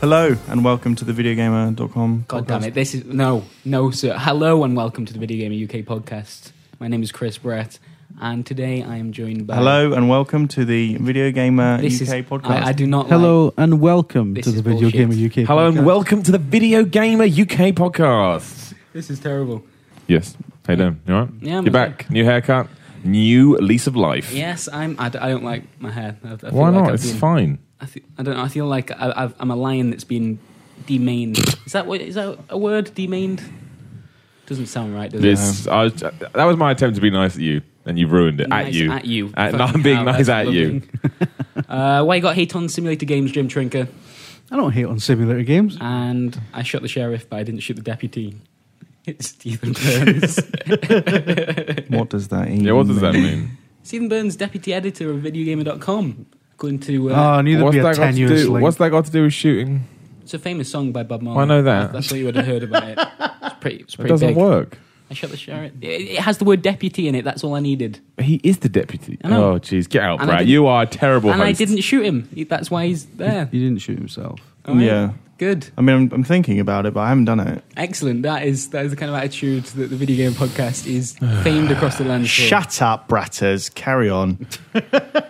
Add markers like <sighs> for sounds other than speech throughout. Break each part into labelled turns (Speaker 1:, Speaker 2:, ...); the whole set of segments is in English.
Speaker 1: Hello and welcome to the videogamer.com.
Speaker 2: God
Speaker 1: podcast.
Speaker 2: damn it. This is no, no, sir. Hello and welcome to the Video Gamer UK podcast. My name is Chris Brett, and today I am joined by.
Speaker 1: Hello and welcome to the Video Gamer
Speaker 2: This
Speaker 1: UK
Speaker 2: is,
Speaker 1: podcast.
Speaker 2: I, I do not. like-
Speaker 3: Hello and welcome
Speaker 2: This
Speaker 3: to the
Speaker 2: is
Speaker 3: Video
Speaker 2: bullshit.
Speaker 3: Gamer UK.
Speaker 4: Hello
Speaker 3: podcast.
Speaker 4: and welcome to the Video Gamer UK podcast.
Speaker 2: this is terrible.
Speaker 4: Yes. How you doing? You all right?
Speaker 2: Yeah, I'm
Speaker 4: You're
Speaker 2: okay.
Speaker 4: back. New haircut. New lease of life.
Speaker 2: Yes, I'm. I, d- I don't like my hair. I, I feel
Speaker 4: Why
Speaker 2: like
Speaker 4: not?
Speaker 2: I've
Speaker 4: It's
Speaker 2: been-
Speaker 4: fine.
Speaker 2: I, th- I don't. know, I feel like I, I've, I'm a lion that's been demained. Is that what? Is that a word? Demained. Doesn't sound right, does it?
Speaker 4: This, I was, that was my attempt to be nice at you, and you've ruined it.
Speaker 2: Nice
Speaker 4: at you.
Speaker 2: At you.
Speaker 4: At- no,
Speaker 2: Fucking
Speaker 4: I'm being
Speaker 2: hell,
Speaker 4: nice
Speaker 2: that's
Speaker 4: at you.
Speaker 2: lovely. <laughs> uh, why you got hate on Simulator Games, Jim Trinker?
Speaker 3: I don't hate on simulator games.
Speaker 4: Ah,
Speaker 3: Ah,
Speaker 2: and I shot the sheriff, but I didn't shoot the deputy. <laughs> It's Stephen
Speaker 4: <laughs>
Speaker 2: Burns.
Speaker 1: what does that mean?
Speaker 4: Yeah, what does that <laughs> mean?
Speaker 2: Stephen Burns, deputy editor of VideoGamer.com, according to
Speaker 3: Oh,
Speaker 2: uh,
Speaker 3: I knew there'd
Speaker 4: what's,
Speaker 3: be a
Speaker 4: that got to
Speaker 3: tenuous
Speaker 4: do,
Speaker 3: link.
Speaker 4: what's that got to do with shooting?
Speaker 2: it's a famous song by Bob Marley.
Speaker 4: I know that.
Speaker 2: That's what you would have heard about it. It's pretty. It's
Speaker 4: It
Speaker 2: pretty
Speaker 4: doesn't
Speaker 2: big.
Speaker 4: work.
Speaker 2: I shot the sheriff. It, it has the word deputy in it. That's all I needed.
Speaker 4: He is the deputy.
Speaker 2: I know.
Speaker 4: Oh, jeez. Get out,
Speaker 2: And I
Speaker 4: Brad.
Speaker 2: didn't-
Speaker 4: You are a terrible
Speaker 2: and I
Speaker 4: host.
Speaker 2: didn't shoot him. He- That's why he's
Speaker 4: <laughs>
Speaker 2: there.
Speaker 3: He didn't shoot himself.
Speaker 2: All right.
Speaker 1: Yeah.
Speaker 2: Good.
Speaker 1: <laughs> I mean, I'm, I'm thinking about it, but I haven't done it.
Speaker 2: Excellent. That is that is the kind of attitude that the video game podcast is famed across the land. for.
Speaker 1: Shut up, bratters. Carry
Speaker 4: <laughs>
Speaker 1: on.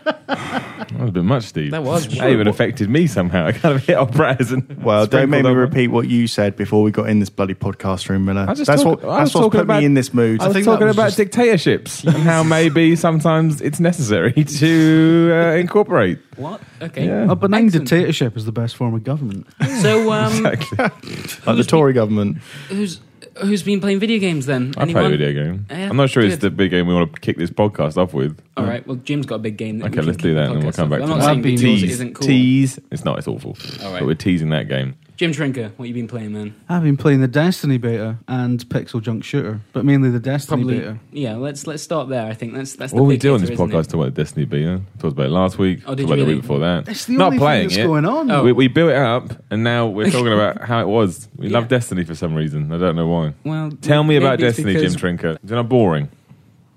Speaker 4: That was a bit much, Steve.
Speaker 2: That was-
Speaker 4: That even affected me somehow. <laughs> I kind of hit our Brad's and
Speaker 1: Well, don't make me
Speaker 4: sprinkled on-
Speaker 1: repeat what you said before we got in this bloody podcast room, Miller.
Speaker 4: I just
Speaker 1: that's
Speaker 4: talk-
Speaker 1: what
Speaker 4: I
Speaker 1: that's
Speaker 4: was
Speaker 1: what's
Speaker 4: talking
Speaker 1: put
Speaker 4: about-
Speaker 1: me in this mood.
Speaker 4: I was
Speaker 1: that
Speaker 4: talking
Speaker 1: was
Speaker 4: about
Speaker 1: just-
Speaker 4: dictatorships and how maybe sometimes it's necessary <laughs> to uh, incorporate.
Speaker 2: What? Okay.
Speaker 4: Yeah.
Speaker 3: A benign
Speaker 2: Excellent.
Speaker 3: dictatorship is the best form of government.
Speaker 2: So
Speaker 4: <laughs>
Speaker 2: um,
Speaker 1: like the Tory government.
Speaker 2: Who's who's been playing video games then?
Speaker 4: I play a video game.
Speaker 2: Yeah,
Speaker 4: I'm not sure it's
Speaker 2: good.
Speaker 4: the big game we want to kick this podcast off with.
Speaker 2: All right. Well, Jim's got a big game. That
Speaker 4: Okay,
Speaker 2: we can
Speaker 4: let's do
Speaker 2: kick the
Speaker 4: that and then we'll
Speaker 2: podcast
Speaker 4: come
Speaker 2: off.
Speaker 4: back
Speaker 2: I'm
Speaker 4: to
Speaker 2: not
Speaker 4: that.
Speaker 2: saying that yours
Speaker 3: Tease.
Speaker 2: isn't cool.
Speaker 4: Tease. It's not. It's awful.
Speaker 2: All right.
Speaker 4: But we're teasing that game.
Speaker 2: Jim Trinker, what you been playing, man?
Speaker 3: I've been playing the Destiny beta and Pixel Junk Shooter, but mainly the Destiny beta.
Speaker 2: Yeah. Let's let's start there. I think that's that's.
Speaker 4: What
Speaker 2: the
Speaker 4: we
Speaker 2: big
Speaker 4: do on
Speaker 2: hitter,
Speaker 4: this
Speaker 2: isn't
Speaker 4: podcast
Speaker 2: it?
Speaker 4: talk about Destiny beta. Talked about it last week.
Speaker 2: Oh,
Speaker 4: talked
Speaker 2: did
Speaker 4: about
Speaker 2: you
Speaker 4: the
Speaker 2: really?
Speaker 4: week before that.
Speaker 3: It's the
Speaker 4: not
Speaker 3: only
Speaker 4: playing
Speaker 3: thing that's
Speaker 4: it.
Speaker 3: going on.
Speaker 2: Oh.
Speaker 4: We, we built it up, and
Speaker 2: <laughs>
Speaker 4: now we're talking about how it was. We
Speaker 2: Yeah.
Speaker 4: love Destiny for some reason. I don't know why.
Speaker 2: Well,
Speaker 4: Tell me about
Speaker 2: maybe it's
Speaker 4: Destiny, Jim
Speaker 2: because-
Speaker 4: Trinker. Is it not boring?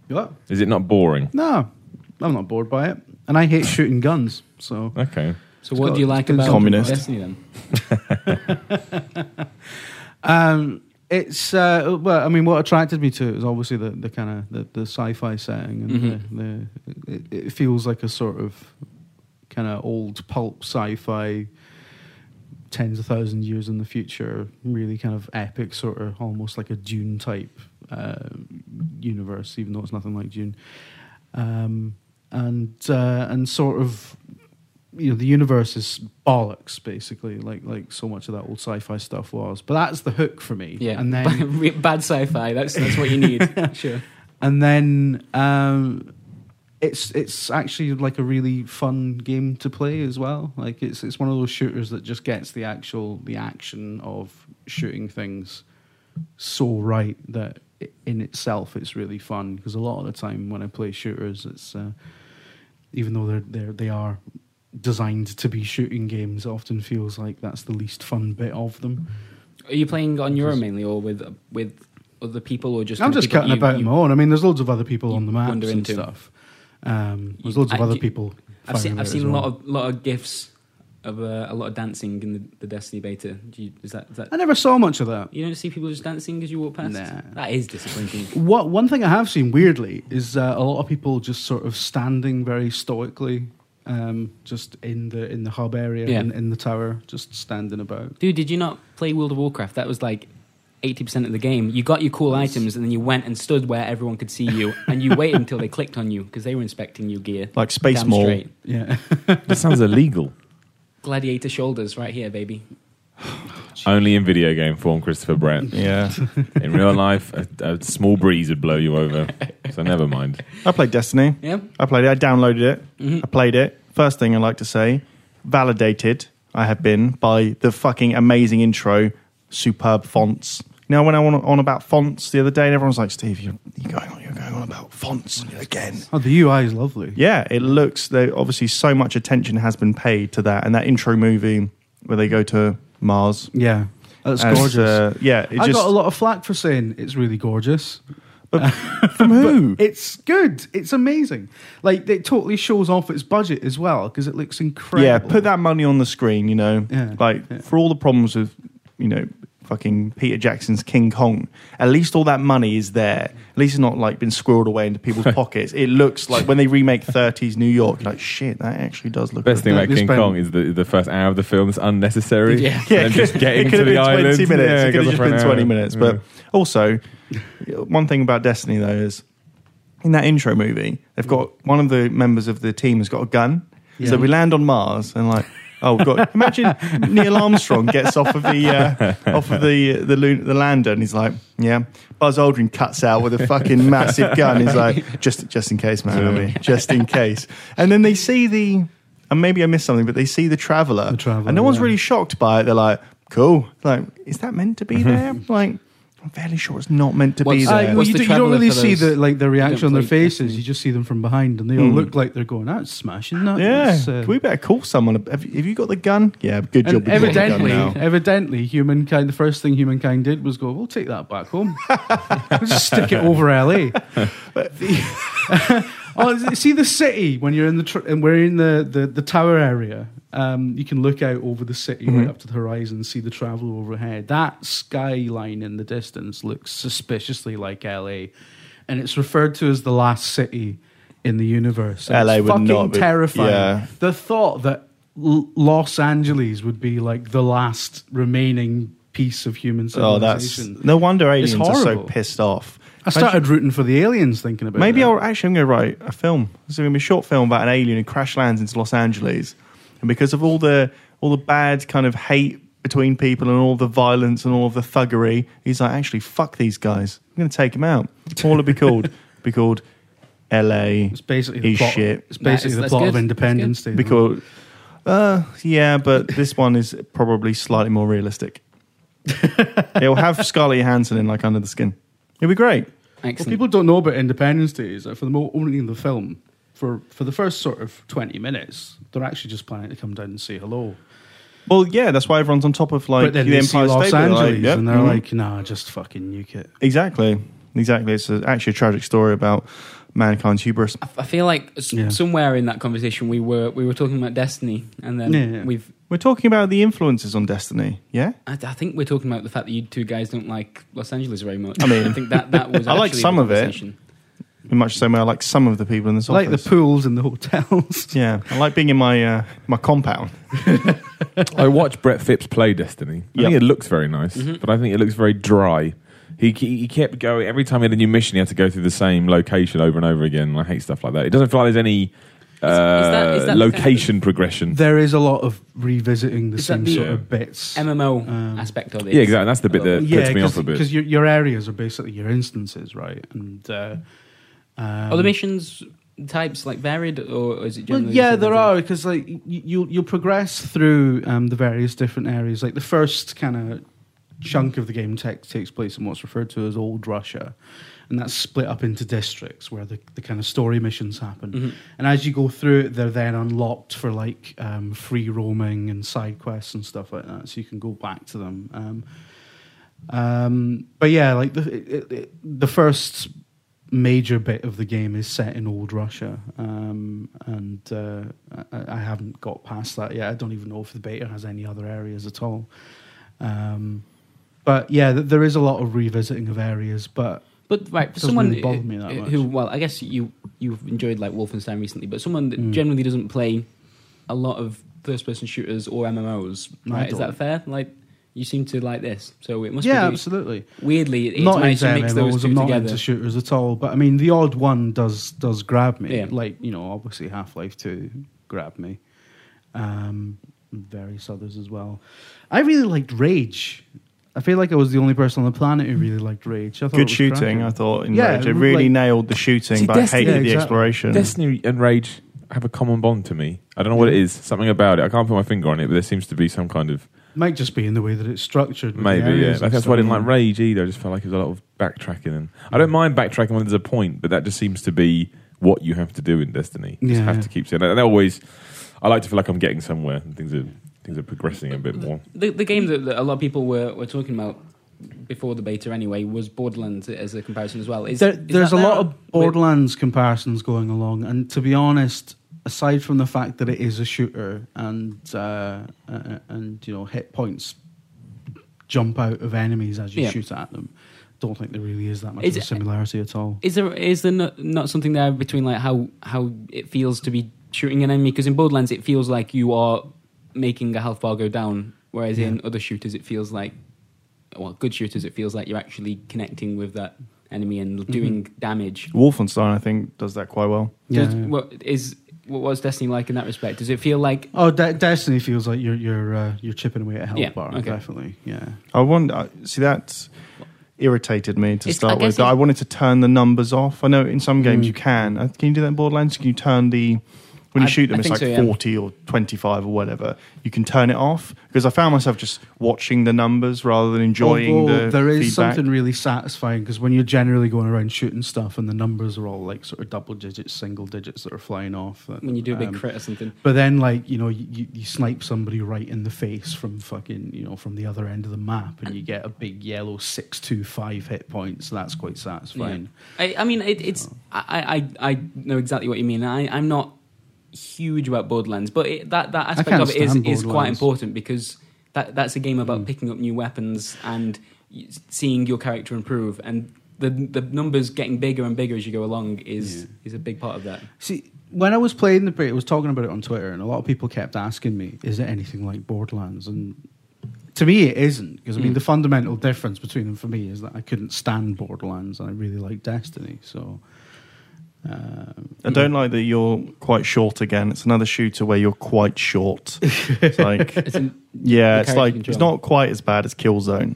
Speaker 3: What?
Speaker 4: Is it not boring?
Speaker 3: No, I'm not bored by it, and I hate shooting guns. So
Speaker 4: Okay.
Speaker 2: So what do you like
Speaker 3: It's
Speaker 2: about
Speaker 1: communist.
Speaker 2: Destiny then?
Speaker 3: Um, it's uh, well, I mean, what attracted me to it is obviously the, the kind of the, the sci-fi setting, and
Speaker 4: Mm-hmm.
Speaker 3: the, the it, it feels like a sort of kind of old pulp sci-fi, tens of thousand years in the future, really kind of epic, sort of almost like a Dune type uh, universe, even though it's nothing like Dune, um, and uh, and sort of you know the universe is bollocks basically like like so much of that old sci-fi stuff was but that's the hook for me
Speaker 2: Yeah. <laughs>
Speaker 3: and then
Speaker 2: bad sci-fi. That's that's what you
Speaker 3: <laughs>
Speaker 2: need. sure.
Speaker 3: and then um it's it's actually like a really fun game to play as well like it's it's one of those shooters that just gets the actual the action of shooting things so right that i- in itself it's really fun because a lot of the time when i play shooters it's uh, even though they're, they're they are designed to be shooting games it often feels like that's the least fun bit of them
Speaker 2: Are you playing on your own mainly, or with with other people, or just?
Speaker 3: I'm
Speaker 2: with
Speaker 3: just
Speaker 2: people
Speaker 3: cutting
Speaker 2: you-
Speaker 3: about
Speaker 2: you-
Speaker 3: my own. I mean, there's loads of other people
Speaker 2: you
Speaker 3: on the maps
Speaker 2: wander
Speaker 3: and
Speaker 2: into.
Speaker 3: stuff. Um, there's
Speaker 2: You-
Speaker 3: loads of
Speaker 2: I-
Speaker 3: other
Speaker 2: do-
Speaker 3: people.
Speaker 2: I've seen
Speaker 3: firing
Speaker 2: I've
Speaker 3: it
Speaker 2: seen
Speaker 3: as
Speaker 2: a lot
Speaker 3: well.
Speaker 2: of lot of gifs of uh, a lot of dancing in the, the Destiny beta. Do you, is that is that
Speaker 3: I never saw much of that.
Speaker 2: you don't see people just dancing as you walk past?
Speaker 3: Nah.
Speaker 2: That is disappointing.
Speaker 3: What one thing I have seen weirdly is uh, a lot of people just sort of standing very stoically, um, just in the in the hub area
Speaker 2: Yeah.
Speaker 3: in, in the tower, just standing about.
Speaker 2: Dude, did you not play World of Warcraft? That was like 80% of the game. You got your cool items and then you went and stood where everyone could see you and you waited until they clicked on you because they were inspecting your gear.
Speaker 1: Like Space
Speaker 2: Damn
Speaker 1: Mall.
Speaker 2: straight.
Speaker 3: Yeah, <laughs>
Speaker 4: That sounds illegal.
Speaker 2: Gladiator shoulders right here, baby.
Speaker 4: <laughs> Only in video game form, Christopher Brett.
Speaker 1: Yeah.
Speaker 4: In real life, a, a small breeze would blow you over. So never mind.
Speaker 1: I played Destiny.
Speaker 2: Yeah?
Speaker 1: I played it. I downloaded it.
Speaker 3: Mm-hmm.
Speaker 1: I played it. First thing I like to say, validated I have been by the fucking amazing intro, superb fonts. You know, when I went on about fonts the other day, and everyone was like, "Steve, you're, you're going on, you're going on about fonts again."
Speaker 3: oh, the UI is lovely.
Speaker 1: Yeah, it looks. They obviously so much attention has been paid to that, and that intro movie where they go to Mars.
Speaker 3: Yeah, that's
Speaker 1: And,
Speaker 3: gorgeous.
Speaker 1: uh, yeah, it
Speaker 3: I
Speaker 1: just.
Speaker 3: got a lot of flack for saying it's really gorgeous.
Speaker 1: But from who?
Speaker 3: It's good. It's amazing. Like it totally shows off its budget as well because it looks incredible.
Speaker 1: yeah, put that money on the screen, you know.
Speaker 3: Yeah,
Speaker 1: Like
Speaker 3: yeah.
Speaker 1: for all the problems with, you know, fucking Peter Jackson's King Kong, at least all that money is there. At least it's not like been squirreled away into people's
Speaker 3: <laughs>
Speaker 1: pockets. It looks like when they remake 30s New York, you're like shit, that actually does look
Speaker 4: Best
Speaker 1: good.
Speaker 4: thing about
Speaker 3: They
Speaker 4: King
Speaker 3: spent-
Speaker 4: Kong is the, the first hour of the film is unnecessary.
Speaker 2: Yeah.
Speaker 4: And
Speaker 1: <laughs>
Speaker 4: then just getting
Speaker 1: it
Speaker 4: to
Speaker 1: could have
Speaker 4: the
Speaker 1: been 20
Speaker 4: island.
Speaker 1: minutes.
Speaker 4: Yeah,
Speaker 1: it could have
Speaker 4: goes
Speaker 1: just
Speaker 4: on for an
Speaker 1: been
Speaker 4: hour.
Speaker 1: 20 minutes. But
Speaker 4: Yeah.
Speaker 1: also, one thing about Destiny, though, is in that intro movie, they've got one of the members of the team has got a gun.
Speaker 3: Yeah.
Speaker 1: So we land on Mars and, like, oh, we've got.
Speaker 4: <laughs>
Speaker 1: Imagine Neil Armstrong gets off of the uh, off of the the, lun- the lander and he's like, yeah. Buzz Aldrin cuts out with a fucking massive gun. He's like, just just in case, man, I mean, just in case. And then they see the. And maybe I missed something, but they see the traveler,
Speaker 3: The Traveller,
Speaker 1: and no one's
Speaker 3: yeah.
Speaker 1: really shocked by it. They're like, "Cool." Like, is that meant to be there? like, I'm fairly sure it's not meant to be
Speaker 2: What's-
Speaker 3: Mm-hmm. Uh,
Speaker 1: there.
Speaker 3: well,
Speaker 2: What's
Speaker 3: you,
Speaker 2: the
Speaker 3: do, you don't
Speaker 2: traveller
Speaker 3: really
Speaker 2: for
Speaker 3: see
Speaker 2: those
Speaker 3: the like the reaction on their
Speaker 2: play
Speaker 3: faces.
Speaker 2: Destiny?
Speaker 3: You just see them from behind, and they all
Speaker 1: Hmm.
Speaker 3: look like they're going, "That's smashing that."
Speaker 1: yeah,
Speaker 3: That's, uh,
Speaker 1: we better call someone. Have you, have you got the gun? Yeah, good job.
Speaker 3: and
Speaker 1: we've got the gun
Speaker 3: evidently,
Speaker 1: now.
Speaker 3: evidently, humankind. The first thing humankind did was go, "We'll take that back home. <laughs> we'll just stick it over LA." <laughs> oh, see the city when you're in the tr- and we're in the the, the tower area. Um, you can look out over the city
Speaker 1: Mm-hmm.
Speaker 3: right up to the horizon and see the travel overhead. That skyline in the distance looks suspiciously like LA, and it's referred to as the last city in the universe. And
Speaker 1: LA
Speaker 3: it's
Speaker 1: would
Speaker 3: fucking
Speaker 1: not be-
Speaker 3: terrifying.
Speaker 1: yeah.
Speaker 3: The thought that L- Los Angeles would be like the last remaining piece of human
Speaker 1: oh, that's
Speaker 3: civilization.
Speaker 1: no wonder
Speaker 3: It's
Speaker 1: aliens are so
Speaker 3: horrible.
Speaker 1: pissed off.
Speaker 3: I started rooting for the aliens thinking about
Speaker 1: Maybe
Speaker 3: that.
Speaker 1: I'll actually I'm going to write a film. It's going to be a short film about an alien who crash lands into Los Angeles, and because of all the all the bad kind of hate between people and all the violence and all of the thuggery, he's like, actually, fuck these guys. I'm going to take them out. All it'll be
Speaker 3: <laughs>
Speaker 1: called be called L.A.
Speaker 3: It's basically the
Speaker 1: He's
Speaker 3: plot.
Speaker 1: shit.
Speaker 3: It's
Speaker 2: Nah,
Speaker 3: basically
Speaker 2: it's-
Speaker 3: the
Speaker 2: that's
Speaker 3: plot
Speaker 2: good.
Speaker 3: of
Speaker 2: That's
Speaker 3: Independence Day.
Speaker 1: Be called. Uh, yeah, but this one is probably slightly more
Speaker 3: <laughs>
Speaker 1: realistic. It'll have Scarlett Johansson in like under the skin. It'll be great.
Speaker 3: What
Speaker 2: Excellent.
Speaker 3: people don't know about Independence Day is that for the mo- opening of the film, for for the first sort of twenty minutes, they're actually just planning to come down and say hello.
Speaker 1: Well, yeah, that's why everyone's on top of like
Speaker 3: but then
Speaker 1: the
Speaker 3: they
Speaker 1: Empire
Speaker 3: see Los
Speaker 1: State. They're
Speaker 3: Angeles,
Speaker 1: like, yep,
Speaker 3: and they're
Speaker 1: mhm.
Speaker 3: like, "Nah, just fucking nuke it."
Speaker 1: Exactly. Exactly. It's a, actually a tragic story about mankind's hubris.
Speaker 2: I- I feel like s-
Speaker 3: Yeah.
Speaker 2: somewhere in that conversation we were we were talking about destiny, and then
Speaker 3: Yeah, yeah.
Speaker 2: we've.
Speaker 1: We're talking about the influences on Destiny, yeah?
Speaker 2: I, I think we're talking about the fact that you two guys don't like Los Angeles very much.
Speaker 1: I mean,
Speaker 2: I think that that was.
Speaker 1: I like
Speaker 2: actually
Speaker 1: some
Speaker 2: the
Speaker 1: of it.
Speaker 2: conversation.
Speaker 1: In much the same way I like some of the people in this
Speaker 3: I like the
Speaker 1: office.
Speaker 3: pools and the <laughs> hotels.
Speaker 1: yeah, I like being in my uh, my compound.
Speaker 4: I watched Brett Phipps play Destiny. I
Speaker 1: Yep.
Speaker 4: think it looks very nice,
Speaker 2: Mm-hmm.
Speaker 4: but I think it looks very dry. He, he he kept going every time he had a new mission. He had to go through the same location over and over again. I hate stuff like that. It doesn't feel like there's any uh,
Speaker 2: that- is that the
Speaker 4: location progression.
Speaker 3: There is a lot of revisiting the
Speaker 2: Is that
Speaker 3: same
Speaker 2: the- uh,
Speaker 3: sort
Speaker 4: Yeah.
Speaker 3: of bits.
Speaker 2: MMO
Speaker 3: Um,
Speaker 2: aspect of it.
Speaker 4: yeah, exactly. That's the bit that
Speaker 3: yeah,
Speaker 4: puts me off a
Speaker 3: because
Speaker 4: bit.
Speaker 3: your, your areas are basically your instances, right? And uh, um,
Speaker 2: Are the missions types like varied, or is it
Speaker 3: Well,
Speaker 2: generally?
Speaker 3: yeah,
Speaker 2: the same
Speaker 3: there
Speaker 2: as
Speaker 3: are because like you you'll, you'll progress through um, the various different areas. Like the first kind of chunk of the game tech takes place in what's referred to as Old Russia, and that's split up into districts where the, the kind of story missions happen.
Speaker 2: Mhm.
Speaker 3: And as you go through it, they're then unlocked for like um, free roaming and side quests and stuff like that, so you can go back to them. Um, um, but yeah, like the it, it, it, the first major bit of the game is set in old Russia, um, and uh, I, I haven't got past that yet. I don't even know if the beta has any other areas at all. Um, but yeah, th- there is a lot of revisiting of areas, but
Speaker 2: But right, for
Speaker 3: Doesn't
Speaker 2: someone
Speaker 3: really bother me that
Speaker 2: who-
Speaker 3: much.
Speaker 2: who, well, I guess you you've enjoyed like Wolfenstein recently, but someone that
Speaker 3: Mm.
Speaker 2: generally doesn't play a lot of first-person shooters or MMOs,
Speaker 3: No, I
Speaker 2: right? Is that
Speaker 3: don't.
Speaker 2: fair? Like you seem to like this, so it must
Speaker 3: yeah,
Speaker 2: be
Speaker 3: absolutely.
Speaker 2: weirdly it, it's
Speaker 3: not
Speaker 2: managed
Speaker 3: into
Speaker 2: to mix those
Speaker 3: MMOs, I'm
Speaker 2: two
Speaker 3: not
Speaker 2: together.
Speaker 3: into shooters at all. But I mean, the odd one does does grab me.
Speaker 2: Yeah.
Speaker 3: Like you know, obviously Half Life Two grabbed me. Um, various others as well. I really liked Rage. I feel like I was the only person on the planet who really liked Rage. I thought it
Speaker 1: Good
Speaker 3: was
Speaker 1: shooting,
Speaker 3: cracking.
Speaker 1: I thought. In
Speaker 3: Yeah,
Speaker 1: Rage. It
Speaker 3: it was
Speaker 1: really
Speaker 3: like-
Speaker 1: nailed the shooting,
Speaker 4: See,
Speaker 1: but I
Speaker 4: Destiny-
Speaker 1: hated
Speaker 4: Yeah,
Speaker 1: the
Speaker 3: exactly.
Speaker 1: exploration.
Speaker 4: Destiny and Rage have a common bond to me. I don't know
Speaker 2: Mm-hmm.
Speaker 4: what it is. Something about it. I can't put my finger on it, but there seems to be some kind of
Speaker 3: Might just be in the way that it's structured. with the
Speaker 4: Maybe, yeah. I
Speaker 3: areas
Speaker 4: think
Speaker 3: and
Speaker 4: that's why I didn't
Speaker 3: stuff.
Speaker 4: like Rage either. I just felt like it was a lot of backtracking. And I don't mind backtracking when there's a point, but that just seems to be what you have to do in Destiny. You just
Speaker 3: Yeah.
Speaker 4: have to keep saying that. And I always, I like to feel like I'm getting somewhere and things are, things are progressing a bit more.
Speaker 2: the, the game that, that a lot of people were, were talking about before the beta anyway was Borderlands as a comparison as well. Is,
Speaker 3: There,
Speaker 2: is
Speaker 3: there's a
Speaker 2: that
Speaker 3: lot
Speaker 2: there?
Speaker 3: of Borderlands comparisons going along, and to be honest, aside from the fact that it is a shooter and uh, uh, and you know hit points jump out of enemies as you
Speaker 2: Yeah.
Speaker 3: shoot at them, don't think there really is that much
Speaker 2: Is
Speaker 3: of a
Speaker 2: it-
Speaker 3: similarity at all.
Speaker 2: Is there is there not, not something there between like how how it feels to be shooting an enemy? Because in Borderlands it feels like you are making a health bar go down, whereas in
Speaker 3: Yeah.
Speaker 2: other shooters it feels like, well, good shooters it feels like you're actually connecting with that enemy and
Speaker 3: Mm-hmm.
Speaker 2: doing damage.
Speaker 1: Wolfenstein, I think, does that quite well.
Speaker 3: Yeah,
Speaker 2: Does-
Speaker 3: yeah.
Speaker 2: What is what was Destiny like in that respect? Does it feel like
Speaker 3: Oh, De- Destiny feels like you're you're uh, you're chipping away at a health
Speaker 2: Yeah,
Speaker 3: bar,
Speaker 2: okay.
Speaker 3: definitely. Yeah,
Speaker 1: I want I- see that irritated me to
Speaker 2: It's- I
Speaker 1: start
Speaker 2: guess
Speaker 1: with. That
Speaker 2: it-
Speaker 1: I wanted to turn the numbers off. I know in some games
Speaker 3: Mm.
Speaker 1: you can. Uh, Can you do that in Borderlands? Can you turn the when you
Speaker 2: I-
Speaker 1: shoot them,
Speaker 2: I
Speaker 1: it's
Speaker 2: think
Speaker 1: like
Speaker 2: so, yeah.
Speaker 1: forty or twenty-five or whatever. You can turn it off because I found myself just watching the numbers rather than enjoying
Speaker 3: Although
Speaker 1: the
Speaker 3: there is
Speaker 1: feedback.
Speaker 3: something really satisfying because when you're generally going around shooting stuff and the numbers are all like sort of double digits, single digits that are flying off. that,
Speaker 2: when you do a big
Speaker 3: um,
Speaker 2: crit or something?
Speaker 3: But then, like you know, you, you, you snipe somebody right in the face from fucking you know from the other end of the map, and you get a big yellow six two five hit points. that's quite satisfying.
Speaker 2: I, I mean, it, it's I, I I know exactly what you mean. I I'm not huge about Borderlands, but it, that that aspect
Speaker 3: can't
Speaker 2: of it is
Speaker 3: stand
Speaker 2: is quite
Speaker 3: Borderlands. Hmm.
Speaker 2: important because that that's a game about picking up new weapons and y- seeing your character improve and. The, the numbers getting bigger and bigger as you go along is is a big part of
Speaker 3: <laughs>
Speaker 2: that.
Speaker 3: See, when I was playing the beta, I was talking about it on Twitter, and a lot of people kept asking me, "Is it anything like Borderlands?" And to me, it isn't because I mean,
Speaker 2: Mm.
Speaker 3: the fundamental difference between them for me is that I couldn't stand Borderlands, and I really like Destiny. So, um,
Speaker 1: I don't like that you're quite short again. It's another shooter where you're quite short.
Speaker 3: <laughs>
Speaker 1: It's like
Speaker 2: It's an-
Speaker 1: yeah,
Speaker 2: the
Speaker 1: it's
Speaker 2: character
Speaker 1: like
Speaker 2: control.
Speaker 1: it's not quite as bad as Killzone,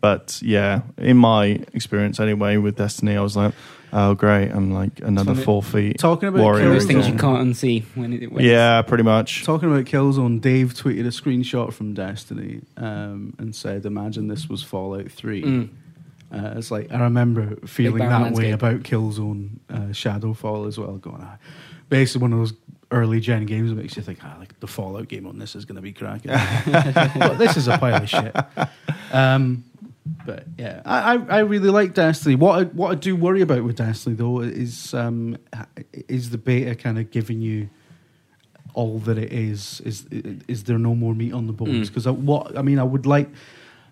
Speaker 1: but yeah, in my experience anyway with Destiny, I was like, oh great, I'm like another
Speaker 2: Something-
Speaker 1: four feet.
Speaker 3: talking about
Speaker 1: Warrior.
Speaker 2: those things
Speaker 3: Killzone,
Speaker 2: you can't unsee when it when it's-
Speaker 1: Yeah, pretty much.
Speaker 3: Talking about Killzone, Dave tweeted a screenshot from Destiny um, and said, "Imagine this was Fallout 3.
Speaker 2: Mm.
Speaker 3: Uh, it's like I remember feeling
Speaker 2: barren
Speaker 3: that way
Speaker 2: landscape.
Speaker 3: about Killzone uh, Shadowfall as well. Going, ah. basically one of those early gen games that makes you think, ah, like the Fallout game on this is going to be cracking. but this is a pile of shit. Um, but yeah, I, I, I really like Destiny. What I, what I do worry about with Destiny though is um, h- is the beta kind of giving you all that it is. Is is there no more meat on the bones?
Speaker 2: Mm.
Speaker 3: Because what I mean, I would like. I'm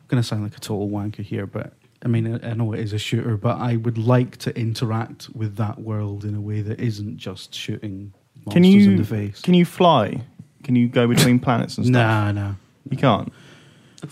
Speaker 3: gonna sound like a total wanker here, but I mean, I, I know it is a shooter, but I would like to interact with that world in a way that isn't just shooting monsters
Speaker 1: Can you
Speaker 3: in the face.
Speaker 1: can you fly? Can you go between planets and stuff?
Speaker 3: nah, nah.
Speaker 1: you can't.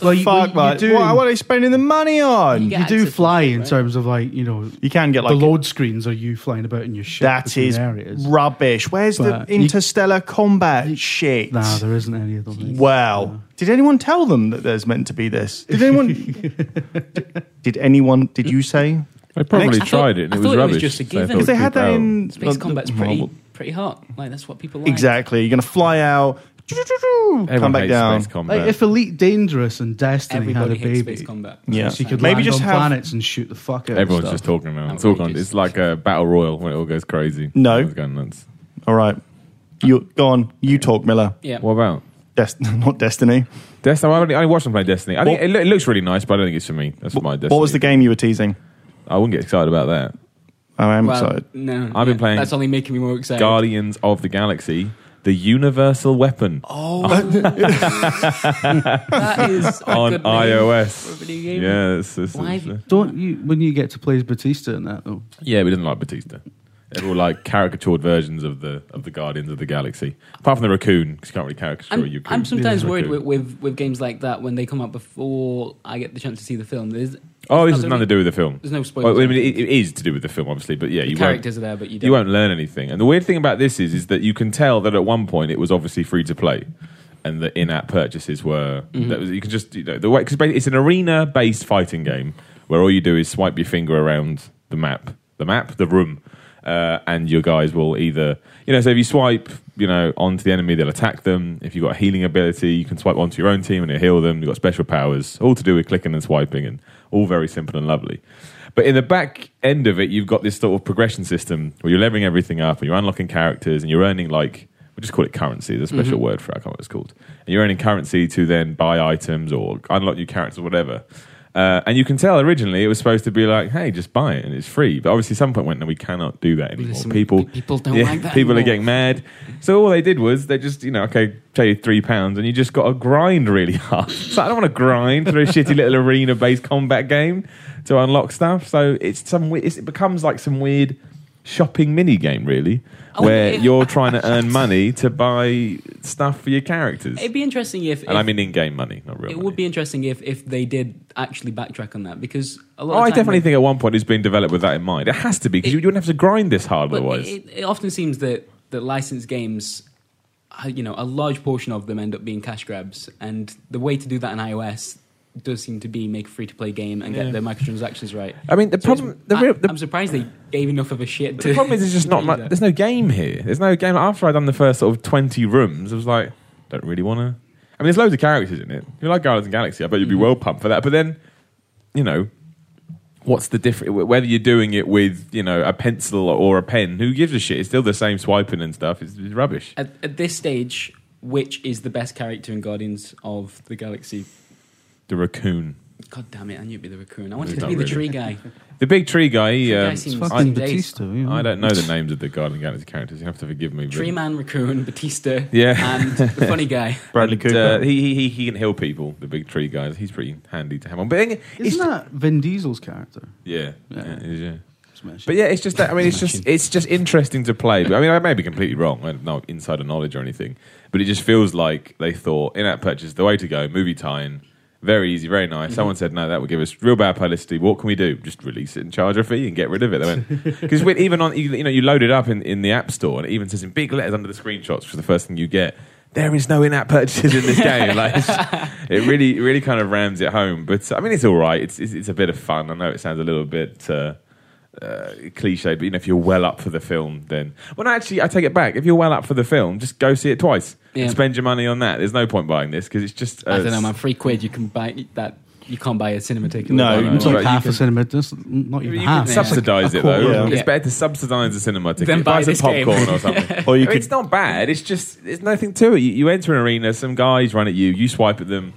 Speaker 3: Well, you-
Speaker 1: Fuck,
Speaker 3: you
Speaker 1: mate.
Speaker 3: do-
Speaker 1: What, what are you spending the money on?
Speaker 2: Yeah.
Speaker 3: You do
Speaker 2: access to
Speaker 3: fly
Speaker 2: stuff,
Speaker 3: in
Speaker 2: right?
Speaker 3: terms of like you know
Speaker 1: You can get
Speaker 3: the
Speaker 1: like
Speaker 3: load screens are you flying about in your ship.
Speaker 1: that
Speaker 3: between
Speaker 1: is
Speaker 3: areas.
Speaker 1: rubbish. Where's the
Speaker 3: But you-
Speaker 1: interstellar combat shit?
Speaker 3: Nah, there isn't any of those. things.
Speaker 1: Wow. Did anyone tell them that there's meant to be this? Did anyone? <laughs> Did- did anyone? Did you say?
Speaker 4: They probably
Speaker 1: Next-
Speaker 2: I thought-
Speaker 4: tried it and
Speaker 2: I
Speaker 4: it was
Speaker 2: thought it was
Speaker 4: rubbish.
Speaker 2: just a
Speaker 4: so
Speaker 2: given.
Speaker 4: thought
Speaker 1: Because they
Speaker 4: it'd
Speaker 1: had
Speaker 4: be
Speaker 1: that
Speaker 4: out.
Speaker 1: in
Speaker 2: space combat's pretty
Speaker 1: Well,
Speaker 2: pretty hot. Like that's what people like.
Speaker 1: Exactly. You're going to fly out, come
Speaker 4: Everyone
Speaker 1: back
Speaker 4: hates
Speaker 1: down.
Speaker 4: Space combat.
Speaker 3: Like if Elite Dangerous and Destiny
Speaker 2: Everybody hates
Speaker 3: had a baby,
Speaker 2: space combat.
Speaker 1: Yeah.
Speaker 3: she could
Speaker 1: Maybe
Speaker 3: land
Speaker 1: just
Speaker 3: on
Speaker 1: have-
Speaker 3: planets and shoot the fuck out.
Speaker 4: Everyone's
Speaker 3: of
Speaker 4: just
Speaker 3: stuff.
Speaker 1: Oh,
Speaker 4: talking now. It's all gone.
Speaker 2: Outrageous.
Speaker 4: It's like a battle royal when it all goes crazy.
Speaker 1: No.
Speaker 4: Everyone's going nuts.
Speaker 1: All right. You go on. You talk, Miller.
Speaker 2: Yeah.
Speaker 4: What about
Speaker 1: Dest- <laughs> not Destiny.
Speaker 4: Destiny? I only, I only watched them play Destiny. I think
Speaker 1: What-
Speaker 4: it, loo- it looks really nice, but I don't think it's for me. That's for my Destiny.
Speaker 1: What was the game you were teasing? Oh,
Speaker 4: I wouldn't get excited about that.
Speaker 1: I am
Speaker 2: Well,
Speaker 1: excited.
Speaker 2: No,
Speaker 4: I've been playing
Speaker 2: That's only making me more excited.
Speaker 4: Guardians of the Galaxy, the universal weapon
Speaker 2: <laughs>
Speaker 4: <laughs>
Speaker 2: That Oh. is a
Speaker 4: on
Speaker 2: good name for a
Speaker 4: iOS.
Speaker 2: video game.
Speaker 4: Yeah, it's, it's,
Speaker 2: Why-
Speaker 4: it's, uh,
Speaker 3: Don't you when you get to play as Batista in that though?
Speaker 4: yeah, we didn't like Batista. They're all like caricatured versions of the of the Guardians of the Galaxy, apart from the raccoon because you can't really caricature a
Speaker 2: I'm,
Speaker 4: raccoon.
Speaker 2: I'm sometimes
Speaker 4: Yeah.
Speaker 2: worried
Speaker 4: Raccoon.
Speaker 2: with, with with games like that when they come out before I get the chance to see the film. There's
Speaker 4: Oh, this
Speaker 2: there's
Speaker 4: has nothing to do with the film.
Speaker 2: There's no spoilers.
Speaker 4: Well, I mean, it, it is to do with the film, obviously, but yeah,
Speaker 2: the
Speaker 4: you won't,
Speaker 2: characters are there, but you don't.
Speaker 4: you won't learn anything. And the weird thing about this is, is that you can tell that at one point it was obviously free to play, and the in-app purchases were.
Speaker 2: Mm-hmm.
Speaker 4: That was, you can just you know the way because it's an arena-based fighting game where all you do is swipe your finger around the map, the map, the room, uh, and your guys will either you know. So if you swipe, you know, onto the enemy, they'll attack them. If you've got a healing ability, you can swipe onto your own team and it'll heal them. You've got special powers, all to do with clicking and swiping, and all very simple and lovely. But in the back end of it, you've got this sort of progression system where you're leveling everything up and you're unlocking characters and you're earning like we just call it currency. There's a special
Speaker 2: Mm-hmm.
Speaker 4: word for it. I can't remember what it's called. And you're earning currency to then buy items or unlock new characters or whatever. Uh, and you can tell originally it was supposed to be like, hey, just buy it and it's free. But obviously, some point went, no, we cannot do that anymore.
Speaker 2: Listen,
Speaker 4: people,
Speaker 2: pe- people don't like that
Speaker 4: People are
Speaker 2: anymore.
Speaker 4: getting mad. So all they did was they just, you know, okay, pay three pounds, and you just got to grind really <laughs> hard. So I don't want to grind through a shitty little arena-based combat game to unlock stuff. So it's some, we- it's, it becomes like some weird shopping mini game, really,
Speaker 2: Oh,
Speaker 4: where
Speaker 2: yeah.
Speaker 4: you're trying to earn money to buy stuff for your characters.
Speaker 2: It'd be interesting if, if
Speaker 4: and I mean in-game money, not real.
Speaker 2: it
Speaker 4: money.
Speaker 2: would be interesting if if they did actually backtrack on that because a lot.
Speaker 4: Oh,
Speaker 2: of
Speaker 4: I
Speaker 2: time
Speaker 4: definitely
Speaker 2: when-
Speaker 4: think at one point it's been developed with that in mind. It has to be because
Speaker 2: It-
Speaker 4: you wouldn't have to grind this hard
Speaker 2: But
Speaker 4: otherwise.
Speaker 2: it, it often seems that that licensed games, uh, you know, a large portion of them end up being cash grabs, and the way to do that in iOS does seem to be make a free to play game and
Speaker 4: Yeah.
Speaker 2: get the microtransactions right.
Speaker 4: I mean, the
Speaker 2: So it's-
Speaker 4: problem, the,
Speaker 2: I,
Speaker 4: real, the,
Speaker 2: I'm surprised they gave enough of a shit. To
Speaker 4: the problem is, it's just not much. There's no game here. There's no game. After I'd done the first sort of twenty rooms, I was like, don't really want to. I mean, there's loads of characters in it. If you like Guardians of the Galaxy, I bet you'd be
Speaker 2: Mm.
Speaker 4: well pumped for that. But then, you know, what's the difference? Whether you're doing it with you know a pencil or a pen, who gives a shit? It's still the same swiping and stuff. It's, it's rubbish.
Speaker 2: at, at this stage, which is the best character in Guardians of the Galaxy?
Speaker 4: The raccoon,
Speaker 2: God damn it! I knew it'd be the raccoon. I wanted
Speaker 4: Not
Speaker 2: to be the tree
Speaker 4: really. <laughs>
Speaker 2: guy.
Speaker 4: the big tree guy. He,
Speaker 2: Tree guy
Speaker 4: um,
Speaker 2: seems-
Speaker 3: It's
Speaker 2: It's
Speaker 3: fucking
Speaker 2: fucking days.
Speaker 3: Batista. You know?
Speaker 4: I don't know the names of the Guardian Galaxy characters. You have to forgive me. but-
Speaker 2: Tree man, raccoon, Batista,
Speaker 4: Yeah.
Speaker 2: and the funny guy.
Speaker 1: Bradley
Speaker 4: And,
Speaker 1: Cooper.
Speaker 4: uh, he, he, he, he can heal people, the big tree guys. He's pretty handy to have on. But then it's,
Speaker 3: Isn't that Vin Diesel's character?
Speaker 4: yeah, yeah.
Speaker 3: Yeah.
Speaker 4: it is, yeah.
Speaker 3: Smash.
Speaker 4: But yeah, it's just that. I mean, it's just it's just interesting to play. But I mean, I may be completely wrong. I have no insider knowledge or anything. But it just feels like they thought in-app purchase the way to go. Movie tie-in, very easy, very nice. Someone said no, that would give us real bad publicity. What can we do? Just release it and charge a fee and get rid of it. They went <laughs> because even on you you know you load it up in, in the app store and it even says in big letters under the screenshots, which is the first thing you get. There is no in-app purchases in <laughs> this game. Like it's- <laughs> it really, it really kind of rams it home. But I mean, it's all right. It's it's, it's a bit of fun. I know it sounds a little bit. Uh, uh, cliche, but you know, if you're well up for the film, then well, no, actually, I take it back. If you're well up for the film, just go see it twice
Speaker 2: Yeah.
Speaker 4: and spend your money on that. There's no point buying this because it's just. Uh,
Speaker 2: I don't know, man. Free quid, you can buy that. You can't buy a cinema ticket.
Speaker 1: No,
Speaker 2: Like,
Speaker 1: no,
Speaker 2: you
Speaker 1: no,
Speaker 3: it's like
Speaker 1: right, you
Speaker 3: half
Speaker 1: can-
Speaker 3: a cinema. That's not
Speaker 4: You
Speaker 3: even
Speaker 4: can
Speaker 3: half.
Speaker 2: yeah.
Speaker 4: subsidize it though.
Speaker 1: Yeah.
Speaker 4: It's
Speaker 2: Yeah.
Speaker 4: better to subsidize the cinema ticket.
Speaker 2: Then buy
Speaker 4: some
Speaker 2: this game.
Speaker 4: popcorn or something.
Speaker 1: or you
Speaker 4: I mean,
Speaker 1: could
Speaker 4: it's not bad. It's just there's nothing to it. You, you enter an arena, some guys run at you, you swipe at them.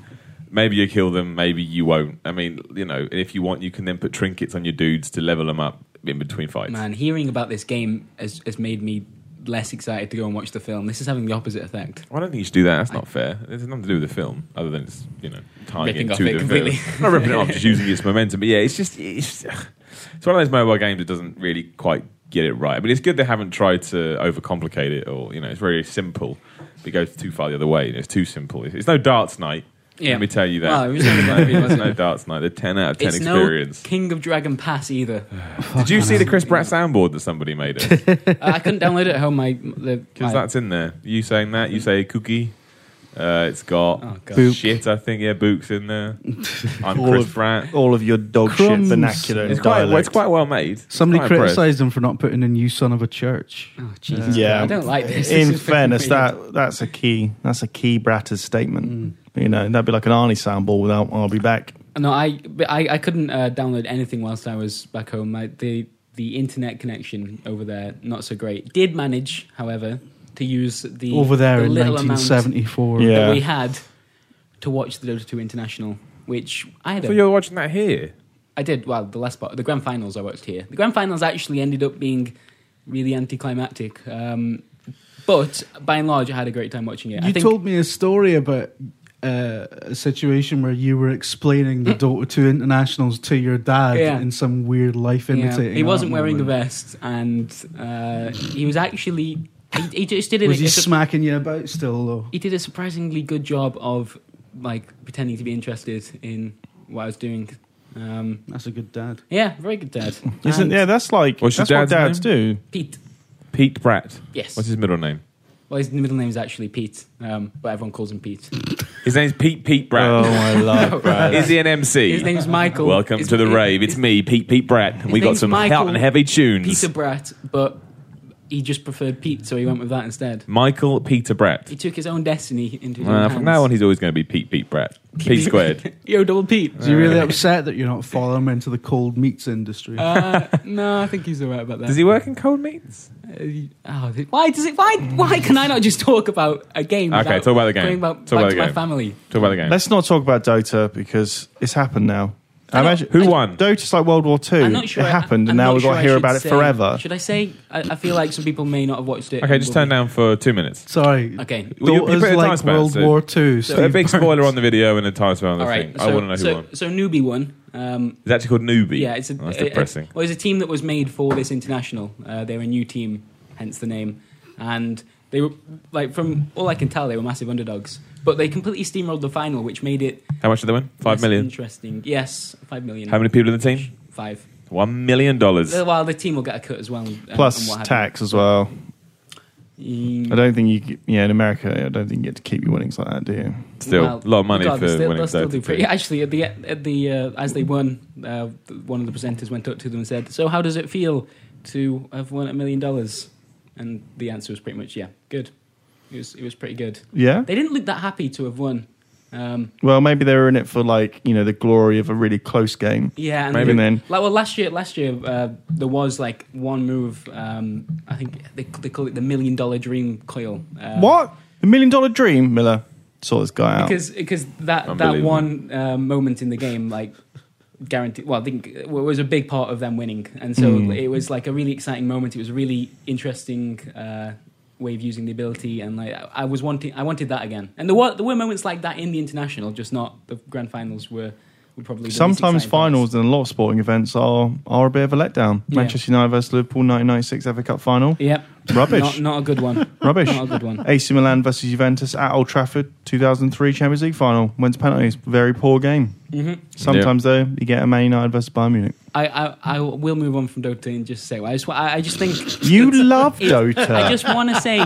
Speaker 4: Maybe you kill them, maybe you won't. I mean, you know, if you want, you can then put trinkets on your dudes to level them up in between fights.
Speaker 2: Man, hearing about this game has, has made me less excited to go and watch the film. This is having the opposite effect.
Speaker 4: Well, I don't think you should do that. That's not fair. It's nothing to do with the film, other than it's you know tying
Speaker 2: Ripping
Speaker 4: it
Speaker 2: off
Speaker 4: to
Speaker 2: it
Speaker 4: the
Speaker 2: completely.
Speaker 4: film. Not ripping it off, just using
Speaker 2: <laughs>
Speaker 4: its momentum. But yeah, it's just it's, it's one of those mobile games that doesn't really quite get it right. I mean, it's good they haven't tried to overcomplicate it, or you know, it's very simple. But it goes too far the other way. You know, it's too simple. It's, it's no darts night.
Speaker 2: Yeah.
Speaker 4: Let me tell you that.
Speaker 2: Well, it was
Speaker 4: <laughs>
Speaker 2: never gonna be,
Speaker 4: It's
Speaker 2: was it?
Speaker 4: no darts night. The ten out of ten
Speaker 2: it's
Speaker 4: experience.
Speaker 2: no King of Dragon Pass either.
Speaker 4: Did you see the Chris Pratt soundboard that somebody made?
Speaker 2: <laughs>
Speaker 4: Because
Speaker 2: Uh, I couldn't download it at home. My the my-
Speaker 4: that's in there. You saying that? You say cookie. Uh, it's got
Speaker 2: oh, God.
Speaker 3: Boop.
Speaker 4: shit, I think. Yeah, Book's in there. I'm
Speaker 1: All
Speaker 4: Chris
Speaker 1: of-
Speaker 4: Pratt.
Speaker 1: all of your dog shit
Speaker 3: Crumbs.
Speaker 1: vernacular
Speaker 4: It's
Speaker 1: and
Speaker 4: quite, well, it's
Speaker 1: dialect.
Speaker 4: quite well made.
Speaker 3: Somebody
Speaker 4: Quite impressed.
Speaker 3: criticised him for not putting in "You Son of a Church."
Speaker 2: Oh, Jesus.
Speaker 1: Yeah.
Speaker 2: I don't like this. This <laughs>
Speaker 1: In
Speaker 2: is fucking
Speaker 1: fairness,
Speaker 2: weird. Mm.
Speaker 1: that that's a key that's a key Bratters statement. You know, that'd be like an Arnie soundball without "I'll be back."
Speaker 2: No, I but I, I couldn't uh, download anything whilst I was back home. My, the the internet connection over there not so great. Did manage, however, to use the
Speaker 3: Over there
Speaker 2: the
Speaker 3: in
Speaker 2: little amount
Speaker 3: 1974.
Speaker 1: Yeah.
Speaker 2: that we had to watch the Dota 2 International, which I had.
Speaker 4: So
Speaker 2: a-
Speaker 4: you're watching that here?
Speaker 2: I did. Well, the last part, the grand finals I watched here. The grand finals actually ended up being really anticlimactic. Um, but by and large, I had a great time watching it. I
Speaker 3: You
Speaker 2: think
Speaker 3: told me a story about uh, a situation where you were explaining the Dota 2 internationals to your dad
Speaker 2: Hmm. Yeah.
Speaker 3: in some weird life
Speaker 2: yeah,
Speaker 3: imitating.
Speaker 2: he wasn't
Speaker 3: art
Speaker 2: wearing the
Speaker 3: moment.
Speaker 2: vest, and uh, he was actually he, he just did it.
Speaker 3: Was he
Speaker 2: it's a-
Speaker 3: smacking you about still though?
Speaker 2: he did a surprisingly good job of like pretending to be interested in what I was doing. Um,
Speaker 3: That's a good dad.
Speaker 2: yeah, very good dad.
Speaker 1: Isn't
Speaker 2: And
Speaker 1: yeah? That's like
Speaker 4: What's your
Speaker 1: that's what dads
Speaker 4: dad's
Speaker 1: do.
Speaker 2: Pete?
Speaker 4: Pete Bratt.
Speaker 2: Yes.
Speaker 4: What's his middle name?
Speaker 2: Well, his middle name is actually Pete, um, but everyone calls him Pete.
Speaker 4: His name's Pete Pete
Speaker 1: Oh,
Speaker 4: Bratt.
Speaker 1: I
Speaker 4: <laughs>
Speaker 1: love Bratters.
Speaker 4: Is he an MC?
Speaker 2: His name's Michael.
Speaker 4: Welcome
Speaker 2: His-
Speaker 4: to the
Speaker 2: his-
Speaker 4: rave. It's me, Pete Pete Bratt, and we got
Speaker 2: name's
Speaker 4: some
Speaker 2: Michael
Speaker 4: hot and heavy tunes.
Speaker 2: Peter Bratt, but he just preferred Pete, so he went with that instead.
Speaker 4: Michael Peter
Speaker 2: He
Speaker 4: Bratt.
Speaker 2: took his own destiny into his
Speaker 4: Uh,
Speaker 2: own
Speaker 4: from
Speaker 2: hands.
Speaker 4: now on, he's always going to be Pete Pete Bratt. P
Speaker 2: <laughs>
Speaker 4: squared.
Speaker 2: Yo, double Pete.
Speaker 3: Is he really upset that you're not following him into the cold meats industry?
Speaker 2: Uh, no, I think he's alright about that.
Speaker 4: Does he work in cold meats?
Speaker 2: Uh, oh, th- why does it? Why? Why can I not just talk about a game?
Speaker 4: Okay,
Speaker 2: without
Speaker 4: talk about the game.
Speaker 2: going About,
Speaker 4: Talk
Speaker 2: back
Speaker 4: about
Speaker 2: to
Speaker 4: the
Speaker 2: my
Speaker 4: game.
Speaker 2: family.
Speaker 4: Talk about the game.
Speaker 1: Let's not talk about Dota because it's happened now. I imagine
Speaker 4: Who won?
Speaker 1: Dota's like World War Two.
Speaker 2: I'm not sure.
Speaker 1: it happened, and
Speaker 2: I, I'm
Speaker 1: now
Speaker 2: not
Speaker 1: we've got
Speaker 2: sure
Speaker 1: to
Speaker 2: I
Speaker 1: hear
Speaker 2: should
Speaker 1: about it
Speaker 2: say-
Speaker 1: forever.
Speaker 2: Should I say? I, I feel like some people may not have watched it.
Speaker 4: Okay, just turn
Speaker 2: down.
Speaker 4: down for two minutes.
Speaker 3: Sorry.
Speaker 2: Okay.
Speaker 4: Well, you- you
Speaker 3: Daughters
Speaker 4: put a time
Speaker 3: like
Speaker 4: span,
Speaker 3: World
Speaker 4: so-
Speaker 3: War Two.
Speaker 4: So a
Speaker 3: Steve
Speaker 4: <laughs> big
Speaker 3: Burns.
Speaker 4: spoiler on the video and a time spell on the
Speaker 2: All right.
Speaker 4: thing.
Speaker 2: So,
Speaker 4: I want to know who
Speaker 2: so,
Speaker 4: won.
Speaker 2: So newbie won. Um,
Speaker 4: It's actually called Newbie.
Speaker 2: yeah, it's a,
Speaker 4: Oh, that's
Speaker 2: it- it-
Speaker 4: depressing.
Speaker 2: well, it's a team that was made for this international. Uh, they're a new team, hence the name, and they were like from all I can tell, they were massive underdogs. But they completely steamrolled the final, which made it
Speaker 4: How much did they win? Five
Speaker 2: less
Speaker 4: million.
Speaker 2: Interesting. Yes, five million.
Speaker 4: How many people in the team?
Speaker 2: Five.
Speaker 4: One million dollars.
Speaker 2: Uh, Well, the team will get a cut as well. and- and
Speaker 1: Plus
Speaker 2: what have
Speaker 1: tax as well.
Speaker 2: you. Mm,
Speaker 1: I don't think you. get- Yeah, in America, I don't think you get to keep your winnings like that, do you?
Speaker 4: Still,
Speaker 2: well,
Speaker 4: a lot of money for
Speaker 2: regardless, they'll-
Speaker 4: winning
Speaker 2: they'll still do
Speaker 4: Dota
Speaker 2: pretty-
Speaker 4: two.
Speaker 2: <laughs> Actually, at the at the uh, as they won, uh, th- one of the presenters went up to them and said, "So, how does it feel to have won a million dollars?" And the answer was pretty much, "Yeah, good." It was it was pretty good.
Speaker 1: Yeah.
Speaker 2: They didn't look that happy to have won. Um,
Speaker 1: Well, maybe they were in it for like you know the glory of a really close game.
Speaker 2: yeah, and
Speaker 1: Maybe
Speaker 2: they-
Speaker 1: then.
Speaker 2: Like well, last year, last year uh, there was like one move. Um, I think they, they call it the million dollar dream coil. Um,
Speaker 1: What the million dollar dream, Miller? Saw this guy out.
Speaker 2: because because that that
Speaker 4: Unbelievable.
Speaker 2: one uh, moment in the game like guaranteed well I think it was a big part of them winning and so
Speaker 1: Mm.
Speaker 2: it was like a really exciting moment it was a really interesting uh, way of using the ability and like I I was wanting I wanted that again and there were there were moments like that in the international just not the grand finals were were probably the least
Speaker 1: Sometimes
Speaker 2: exciting parts.
Speaker 1: finals and a lot of sporting events are are a bit of a letdown.
Speaker 2: Yeah.
Speaker 1: Manchester United versus Liverpool, 1996 FA Cup final,
Speaker 2: yep
Speaker 1: rubbish,
Speaker 2: not, not a good one
Speaker 1: <laughs> rubbish.
Speaker 2: not a good one
Speaker 1: AC Milan versus Juventus at Old Trafford, 2003 Champions League final, went to penalties. Very poor game.
Speaker 2: hmm
Speaker 1: Sometimes though, you get a Man United versus Bayern Munich.
Speaker 2: I, I I will move on from Dota and just say well, I just wa- I I just think <laughs>
Speaker 1: You love
Speaker 2: it-
Speaker 1: Dota.
Speaker 2: I just want to say,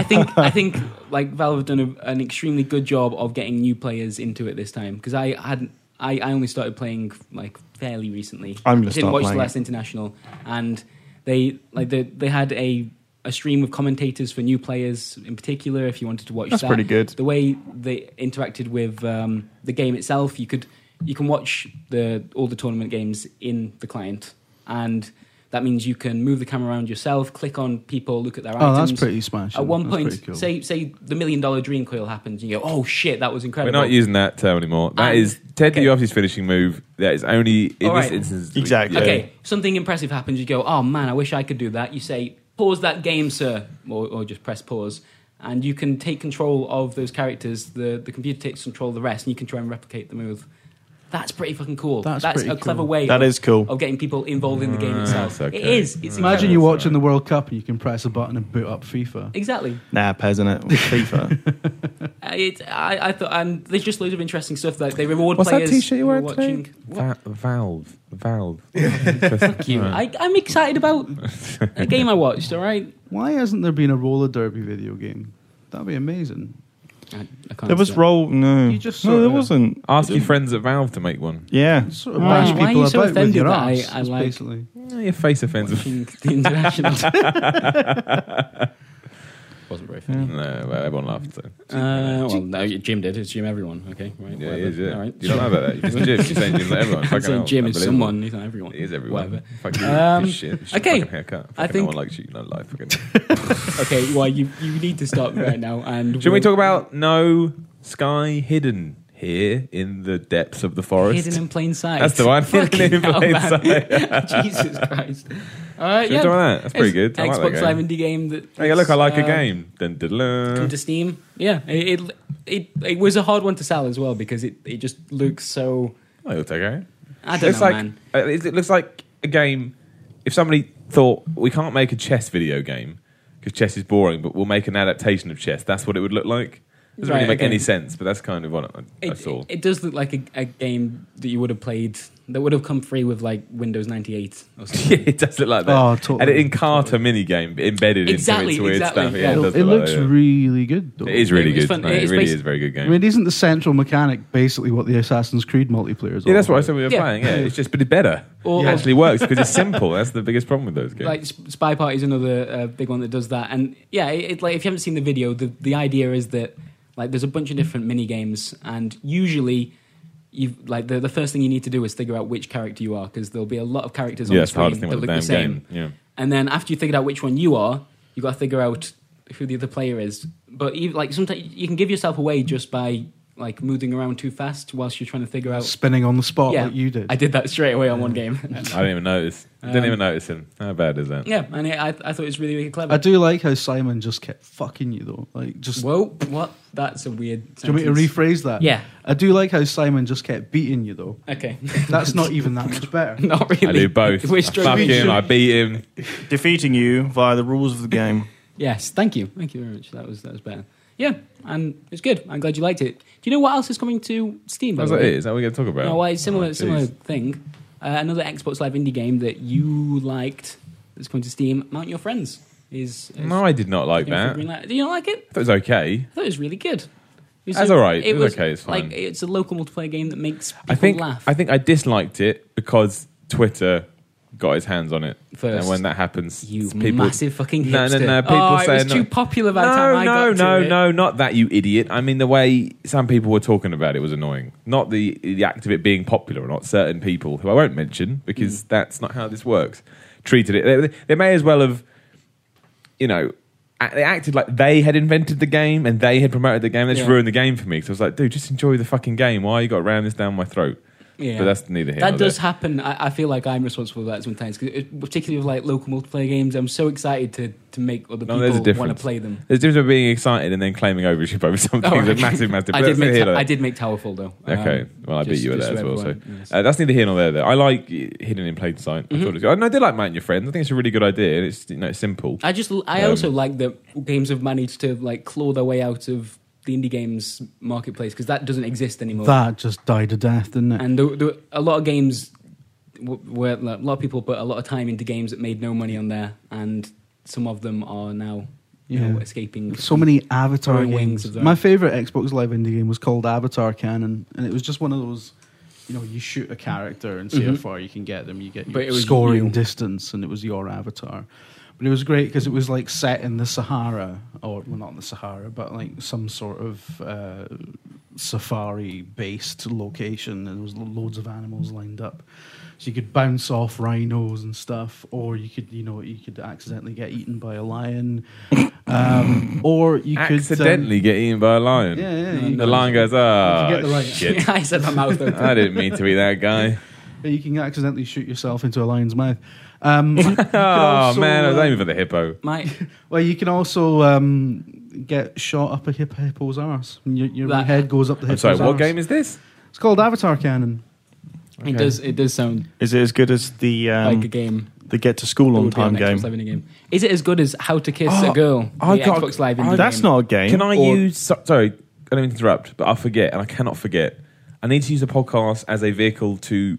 Speaker 2: I think I think like Valve have done a, an extremely good job of getting new players into it this time because I hadn't. I, I only started playing like fairly recently.
Speaker 1: I'm gonna
Speaker 2: didn't
Speaker 1: start
Speaker 2: watch
Speaker 1: playing
Speaker 2: the last international, and they like they, they had a a stream of commentators for new players in particular. If you wanted to watch,
Speaker 1: That's
Speaker 2: that.
Speaker 1: pretty good.
Speaker 2: The way they interacted with um, the game itself, you could you can watch the all the tournament games in the client, and that means you can move the camera around yourself, click on people, look at their
Speaker 3: Oh,
Speaker 2: items.
Speaker 3: that's pretty smashing.
Speaker 2: At one
Speaker 3: That's
Speaker 2: point,
Speaker 3: pretty cool.
Speaker 2: say say the million dollar dream coil happens, and you go, "Oh shit, that was
Speaker 4: We're
Speaker 2: incredible."
Speaker 4: not using that term anymore. That
Speaker 2: And-
Speaker 4: is Ted
Speaker 2: okay.
Speaker 4: DiBiase's finishing move. That is only in
Speaker 2: All
Speaker 4: this
Speaker 2: right.
Speaker 4: instance.
Speaker 1: Exactly.
Speaker 2: Okay, something impressive happens. You go, "Oh man, I wish I could do that." You say, "Pause that game, sir," or, or just press pause, and you can take control of those characters. The the computer takes control of the rest, and you can try and replicate the move. That's pretty fucking cool.
Speaker 3: That's
Speaker 2: a
Speaker 3: pretty
Speaker 2: clever
Speaker 3: cool.
Speaker 2: way.
Speaker 1: That
Speaker 2: of,
Speaker 1: is cool.
Speaker 2: of getting people involved in the game itself.
Speaker 4: That's okay.
Speaker 2: It is. It's
Speaker 3: Imagine
Speaker 4: Yeah,
Speaker 3: you're
Speaker 4: that's
Speaker 3: watching
Speaker 4: right.
Speaker 3: the World Cup and you can press a button and boot up FIFA.
Speaker 2: exactly.
Speaker 1: Nah, Pez in it. FIFA.
Speaker 2: Uh, It, I, I thought, and there's just loads of interesting stuff that they reward
Speaker 4: What's that
Speaker 2: players.
Speaker 4: T-shirt you're
Speaker 2: who are watching.
Speaker 4: wearing today? Va- Valve.
Speaker 2: <laughs>
Speaker 4: Valve. Fuck
Speaker 2: you. I, I'm excited about a game I watched. All right.
Speaker 3: Why hasn't there been a roller derby video game? That'd be amazing.
Speaker 2: I, I can't
Speaker 1: there was
Speaker 2: answer that.
Speaker 1: roll. No,
Speaker 3: You just
Speaker 1: no,
Speaker 3: sort
Speaker 1: there
Speaker 3: of-
Speaker 1: wasn't.
Speaker 4: Ask your friends at Valve to make one.
Speaker 1: Yeah,
Speaker 3: Sort of
Speaker 2: Why-
Speaker 3: bash
Speaker 2: why are
Speaker 3: people
Speaker 2: you so
Speaker 3: about with your
Speaker 2: offended
Speaker 3: ass.
Speaker 2: that I- I
Speaker 3: is
Speaker 2: like-
Speaker 3: basically.
Speaker 4: Eh, Your face offensive.
Speaker 2: Watching the international. <laughs> Wasn't very funny.
Speaker 4: <laughs> No, well, everyone laughed. So.
Speaker 2: Uh, well, no, Jim did. It's Jim everyone. Okay, right.
Speaker 4: Yeah, it
Speaker 2: whatever.
Speaker 4: is, yeah.
Speaker 2: All right.
Speaker 4: You don't
Speaker 2: <laughs>
Speaker 4: know about that. eh? You're just Jim. You're saying Jim's like everyone.
Speaker 2: I'm
Speaker 4: Fucking
Speaker 2: saying
Speaker 4: hell.
Speaker 2: Jim is
Speaker 4: Unbelievable.
Speaker 2: someone. He's not everyone.
Speaker 4: He is everyone.
Speaker 2: Whatever.
Speaker 4: Fuck you.
Speaker 2: Um,
Speaker 4: you shit. you shit
Speaker 2: okay.
Speaker 4: Fucking haircut. Fucking
Speaker 2: I
Speaker 4: no
Speaker 2: think-
Speaker 4: one likes you. No life.
Speaker 2: <laughs>
Speaker 4: Fucking.
Speaker 2: Okay. Well, you you need to stop right now. And
Speaker 4: Should we
Speaker 2: we'll-
Speaker 4: talk about no sky hidden here in the depths of the forest?
Speaker 2: hidden in plain sight?
Speaker 4: That's the
Speaker 2: <laughs>
Speaker 4: one.
Speaker 2: Fucking
Speaker 4: Hidden in
Speaker 2: hell,
Speaker 4: plain
Speaker 2: man. <laughs> Jesus Christ. All right.
Speaker 4: Should we
Speaker 2: yeah.
Speaker 4: talk about that? That's pretty good.
Speaker 2: Xbox
Speaker 4: I like that game.
Speaker 2: Live indie game that.
Speaker 4: Hey, look, I
Speaker 2: is,
Speaker 4: like a
Speaker 2: uh,
Speaker 4: game. Dun, dun, dun.
Speaker 2: Come to Steam. Yeah, it it, it it was a hard one to sell as well because it, it just looks so.
Speaker 4: Oh, it'll take it.
Speaker 2: I don't
Speaker 4: Looks
Speaker 2: know,
Speaker 4: like,
Speaker 2: man.
Speaker 4: uh, It it looks like a game. If somebody thought we can't make a chess video game because chess is boring, but we'll make an adaptation of chess. That's what it would look like. Doesn't
Speaker 2: Right,
Speaker 4: really make
Speaker 2: okay.
Speaker 4: any sense, but that's kind of what I, I
Speaker 2: It,
Speaker 4: saw.
Speaker 2: it, it does look like a, a game that you would have played that would have come free with like Windows ninety eight or something.
Speaker 4: <laughs> yeah, it does look like that.
Speaker 3: Oh, totally.
Speaker 4: And an Encarta mini game embedded
Speaker 2: Exactly,
Speaker 4: into its weird
Speaker 2: exactly,
Speaker 4: stuff. Yeah,
Speaker 2: yeah.
Speaker 4: it,
Speaker 3: It,
Speaker 4: does
Speaker 3: it
Speaker 4: look
Speaker 3: looks
Speaker 4: like that.
Speaker 3: really good though.
Speaker 4: It is really
Speaker 2: It was
Speaker 4: good.
Speaker 2: fun.
Speaker 4: No,
Speaker 2: It
Speaker 4: it
Speaker 2: is
Speaker 4: really
Speaker 2: basi-
Speaker 4: is a very good
Speaker 3: I
Speaker 4: game.
Speaker 3: mean, isn't the central mechanic basically what the Assassin's Creed multiplayer is?
Speaker 4: yeah,
Speaker 3: all
Speaker 4: that's what I
Speaker 3: about?
Speaker 4: said we were
Speaker 2: Yeah.
Speaker 4: playing. Yeah, it's just, but it's better.
Speaker 2: Or-
Speaker 4: It actually works because it's simple. That's the biggest problem with those games.
Speaker 2: Like Sp- Spy Party is another uh, big one that does that, and yeah, it, it, like if you haven't seen the video, the the idea is that like there's a bunch of different mini games, and usually you have like the the first thing you need to do is figure out which character you are because there'll be a lot of characters on
Speaker 4: yeah,
Speaker 2: the
Speaker 4: it's the hardest
Speaker 2: screen
Speaker 4: thing
Speaker 2: that
Speaker 4: about
Speaker 2: look
Speaker 4: the
Speaker 2: the
Speaker 4: damn
Speaker 2: same.
Speaker 4: game. Yeah.
Speaker 2: And then after you figured out which one you are, you got to figure out who the other player is. But even, like sometimes you can give yourself away just by like moving around too fast whilst you're trying to figure out.
Speaker 3: Spinning on the spot
Speaker 2: Yeah,
Speaker 3: like you did.
Speaker 2: I did that straight away on one game. <laughs>
Speaker 4: I didn't even notice. Didn't
Speaker 2: Um,
Speaker 4: even notice him. How bad is
Speaker 2: <laughs>
Speaker 4: that?
Speaker 2: yeah, and I, I thought it was really really clever.
Speaker 3: I do like how Simon just kept fucking you though. Like just
Speaker 2: Whoa, what? That's a weird.
Speaker 3: Do you want me to
Speaker 2: sentence.
Speaker 3: rephrase that?
Speaker 2: Yeah.
Speaker 3: I do like how Simon just kept beating you though.
Speaker 2: Okay. <laughs>
Speaker 3: That's not even that much better.
Speaker 4: <laughs>
Speaker 2: Not really.
Speaker 4: I do both.
Speaker 2: <laughs> We're
Speaker 4: I fuck
Speaker 2: struggling.
Speaker 4: him. I beat him.
Speaker 1: Defeating you via the rules of the game.
Speaker 2: Yes, thank you. Thank you very much. That was that was better. Yeah, and it's good. I'm glad you liked it. Do you know what else is coming to Steam? by
Speaker 4: How's
Speaker 2: the
Speaker 4: that
Speaker 2: way?
Speaker 4: it? Is that what we're going to talk about?
Speaker 2: No, well, it's similar
Speaker 4: Oh, jeez.
Speaker 2: similar thing. Uh, another Xbox Live indie game that you liked that's coming to Steam. Mount Your Friends is. is
Speaker 4: No, I did not like
Speaker 2: you know, for
Speaker 4: that.
Speaker 2: green light. Do you not like it?
Speaker 4: I thought it was okay.
Speaker 2: I thought it was really good. It was
Speaker 4: That's
Speaker 2: a-
Speaker 4: all right. It was okay, it's
Speaker 2: Like
Speaker 4: fine.
Speaker 2: it's a local multiplayer game that makes people
Speaker 4: I think
Speaker 2: laugh.
Speaker 4: I think I disliked it because Twitter got his hands on it.
Speaker 2: First.
Speaker 4: and when that happens,
Speaker 2: you
Speaker 4: people
Speaker 2: massive fucking hipster.
Speaker 4: No, no, no, people
Speaker 2: oh, it
Speaker 4: say
Speaker 2: was
Speaker 4: no.
Speaker 2: too popular by the
Speaker 4: no,
Speaker 2: time I
Speaker 4: no,
Speaker 2: got
Speaker 4: no,
Speaker 2: to it.
Speaker 4: no, not that you idiot. I mean the way some people were talking about it was annoying. Not the the act of it being popular or not. Certain people who I won't mention because
Speaker 2: Mm.
Speaker 4: that's not how this works treated it. They, they may as well have, you know. a- They acted like they had invented the game and they had promoted the game. They just
Speaker 2: Yeah.
Speaker 4: ruined the game for me because I was like, "Dude, just enjoy the fucking game. Why you got to ram this down my throat?"
Speaker 2: Yeah.
Speaker 4: But that's neither here
Speaker 2: That
Speaker 4: nor
Speaker 2: does
Speaker 4: there.
Speaker 2: happen. I, I feel like I'm responsible for that sometimes, 'cause it- particularly with like local multiplayer games. I'm so excited to, to make other
Speaker 4: No, there's a
Speaker 2: people want
Speaker 4: difference.
Speaker 2: to play them.
Speaker 4: There's a difference of being excited and then claiming ownership <laughs> over something.
Speaker 2: All
Speaker 4: There's
Speaker 2: right.
Speaker 4: a massive, massive.
Speaker 2: I
Speaker 4: difference.
Speaker 2: did, make
Speaker 4: Here,
Speaker 2: ta-
Speaker 4: though.
Speaker 2: I did make Towerfall though.
Speaker 4: Okay,
Speaker 2: Um,
Speaker 4: well, I
Speaker 2: just-
Speaker 4: beat you at
Speaker 2: just
Speaker 4: that as
Speaker 2: so
Speaker 4: well. So
Speaker 2: everyone knows.
Speaker 4: uh, that's neither here nor there. Though I like uh, hidden in plain sight.
Speaker 3: Mm-hmm.
Speaker 4: I thought it was good. I, no, I did like Man Your Friend. I think it's a really good idea. and It's you know it's simple.
Speaker 2: I just I
Speaker 4: Um,
Speaker 2: also like that games have managed to like claw their way out of the indie games marketplace because that doesn't exist anymore.
Speaker 3: That just died to death, didn't it?
Speaker 2: and there, there were a lot of games w- where like, a lot of people put a lot of time into games that made no money on there, and some of them are now you know,
Speaker 3: Yeah.
Speaker 2: escaping. <laughs>
Speaker 3: so many Avatar
Speaker 2: Throwing
Speaker 3: games.
Speaker 2: wings of that.
Speaker 3: My favorite Xbox Live indie game was called Avatar Cannon, and it was just one of those, you know, you shoot a character and see how
Speaker 2: Mhm.
Speaker 3: far you can get them. You get
Speaker 2: But it
Speaker 3: your
Speaker 2: was
Speaker 3: scoring
Speaker 2: you.
Speaker 3: distance, and it was your avatar. But it was great because it was like set in the Sahara, or well, not in the Sahara, but like some sort of uh, safari-based location, and there was lo- loads of animals lined up. So you could bounce off rhinos and stuff, or you could, you know, you could accidentally get eaten by a lion, um, or you could um,
Speaker 4: Accidentally get eaten by a lion.
Speaker 3: yeah, yeah,
Speaker 4: the
Speaker 3: you-
Speaker 4: lion goes,
Speaker 3: If you
Speaker 4: "Ah,
Speaker 3: get the right- <laughs>
Speaker 4: shit! <laughs>
Speaker 2: I said my mouth open.
Speaker 4: I didn't mean to be that guy.
Speaker 3: you can accidentally shoot yourself into a lion's mouth. Um, you could
Speaker 4: <laughs> Oh
Speaker 3: also,
Speaker 4: man, I was
Speaker 3: uh,
Speaker 4: aiming for the hippo.
Speaker 2: My
Speaker 3: Well, you can also um, get shot up a hip- hippo's arse. And Your, your
Speaker 2: That-
Speaker 3: head goes up the
Speaker 4: I'm
Speaker 3: hippo's
Speaker 4: sorry. What
Speaker 3: arse.
Speaker 4: game is this?
Speaker 3: It's called Avatar Cannon.
Speaker 4: Okay.
Speaker 2: It does. It does sound
Speaker 1: <laughs> Is it as good as the um,
Speaker 2: like a game.
Speaker 1: the get to school
Speaker 2: that
Speaker 1: on
Speaker 2: would be
Speaker 1: time
Speaker 2: on Xbox
Speaker 1: game?
Speaker 2: Live in a game. Is it as good as How to Kiss
Speaker 4: Oh,
Speaker 2: a Girl?
Speaker 4: I
Speaker 2: the
Speaker 4: got-
Speaker 2: Xbox Live.
Speaker 4: I-
Speaker 2: Indie
Speaker 1: That's
Speaker 2: game?
Speaker 1: not a game.
Speaker 4: Can I
Speaker 1: Or-
Speaker 4: use? so- Sorry, I don't mean to interrupt, but I forget, and I cannot forget. I need to use a podcast as a vehicle to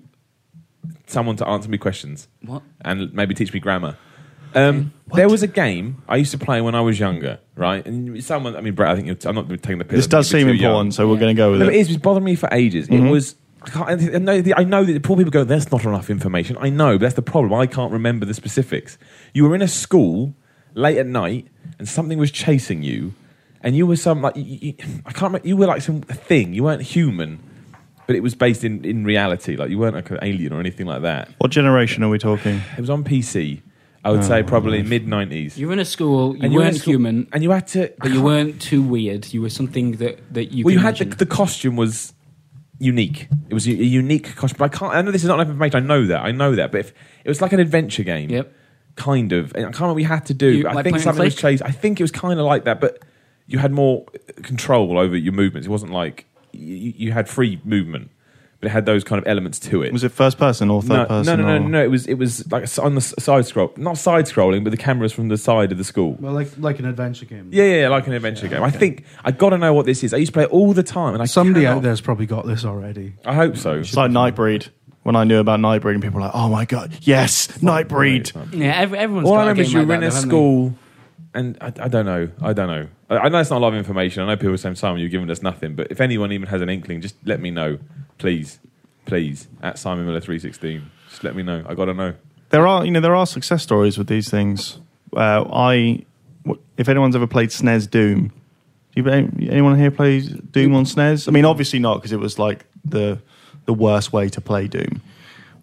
Speaker 4: someone to answer me questions.
Speaker 2: What?
Speaker 4: and maybe teach me grammar. Um, there was a game I used to play when I was younger, right? And someone, I mean, Brett, I think you're, I'm not taking the piss.
Speaker 1: This does
Speaker 4: You're
Speaker 1: seem
Speaker 4: too young.
Speaker 1: important, so we're
Speaker 2: Yeah.
Speaker 1: going to go with
Speaker 4: No,
Speaker 1: it.
Speaker 4: but it is. It's bothering me for ages.
Speaker 1: Mhm.
Speaker 4: It was. I, can't, I, know, I know that the poor people go, "That's not enough information." I know, but that's the problem. I can't remember the specifics. You were in a school late at night, and something was chasing you, and you were some like you, you, I can't. remember You were like some thing. You weren't human, but it was based in in reality. Like you weren't like an alien or anything like that.
Speaker 1: What generation are we talking?
Speaker 4: It was on PC. I would say probably mid nineties.
Speaker 2: You were in a school. You
Speaker 4: And you were in
Speaker 2: weren't
Speaker 4: school-
Speaker 2: human,
Speaker 4: And you had to,
Speaker 2: but
Speaker 4: <laughs>
Speaker 2: you weren't too weird. You were something that that you.
Speaker 4: well, you
Speaker 2: could
Speaker 4: had the,
Speaker 2: imagine.
Speaker 4: the costume was unique. It was a, a unique costume. But I can't. I know this is not enough information. I know that. I know that. But if, it was like an adventure game.
Speaker 2: Yep.
Speaker 4: Kind of. And I can't remember what you had to do.
Speaker 2: You-
Speaker 4: but I
Speaker 2: like
Speaker 4: think
Speaker 2: point and
Speaker 4: something was
Speaker 2: click?
Speaker 4: chased. I think it was kind of like that, but you had more control over your movements. It wasn't like you, you had free movement, but it had those kind of elements to it.
Speaker 1: Was it first person or third
Speaker 4: no,
Speaker 1: person?
Speaker 4: No, no,
Speaker 1: or-
Speaker 4: no, no. It was it was like s- on the s- side scroll, not side scrolling, but the cameras from the side of the school.
Speaker 3: Well, like like an adventure game.
Speaker 4: Yeah, yeah, yeah, like an adventure game. I think I got to know what this is. I used to play it all the time, and I
Speaker 3: Somebody
Speaker 4: cannot-
Speaker 3: out there's probably got this already.
Speaker 4: I hope so.
Speaker 1: It's like Nightbreed. When I knew about Nightbreed, and people were like, "Oh my god, yes, Nightbreed."
Speaker 2: Yeah, every, everyone's
Speaker 4: All I
Speaker 2: got a
Speaker 4: remember
Speaker 2: game
Speaker 4: is you
Speaker 2: like
Speaker 4: were
Speaker 2: that,
Speaker 4: in a
Speaker 2: though, haven't they?
Speaker 4: school, and I, I don't know. I don't know. I, I know it's not a lot of information. I know people are saying, "Simon, you've given us nothing." But if anyone even has an inkling, just let me know, please, please. At Simon Miller three sixteen, just let me know. I got to know.
Speaker 1: There are, you know, there are success stories with these things. Uh, I, w- if anyone's ever played SNES Doom, do you, anyone here plays Doom on SNES? I mean, obviously not, because it was like the the worst way to play Doom.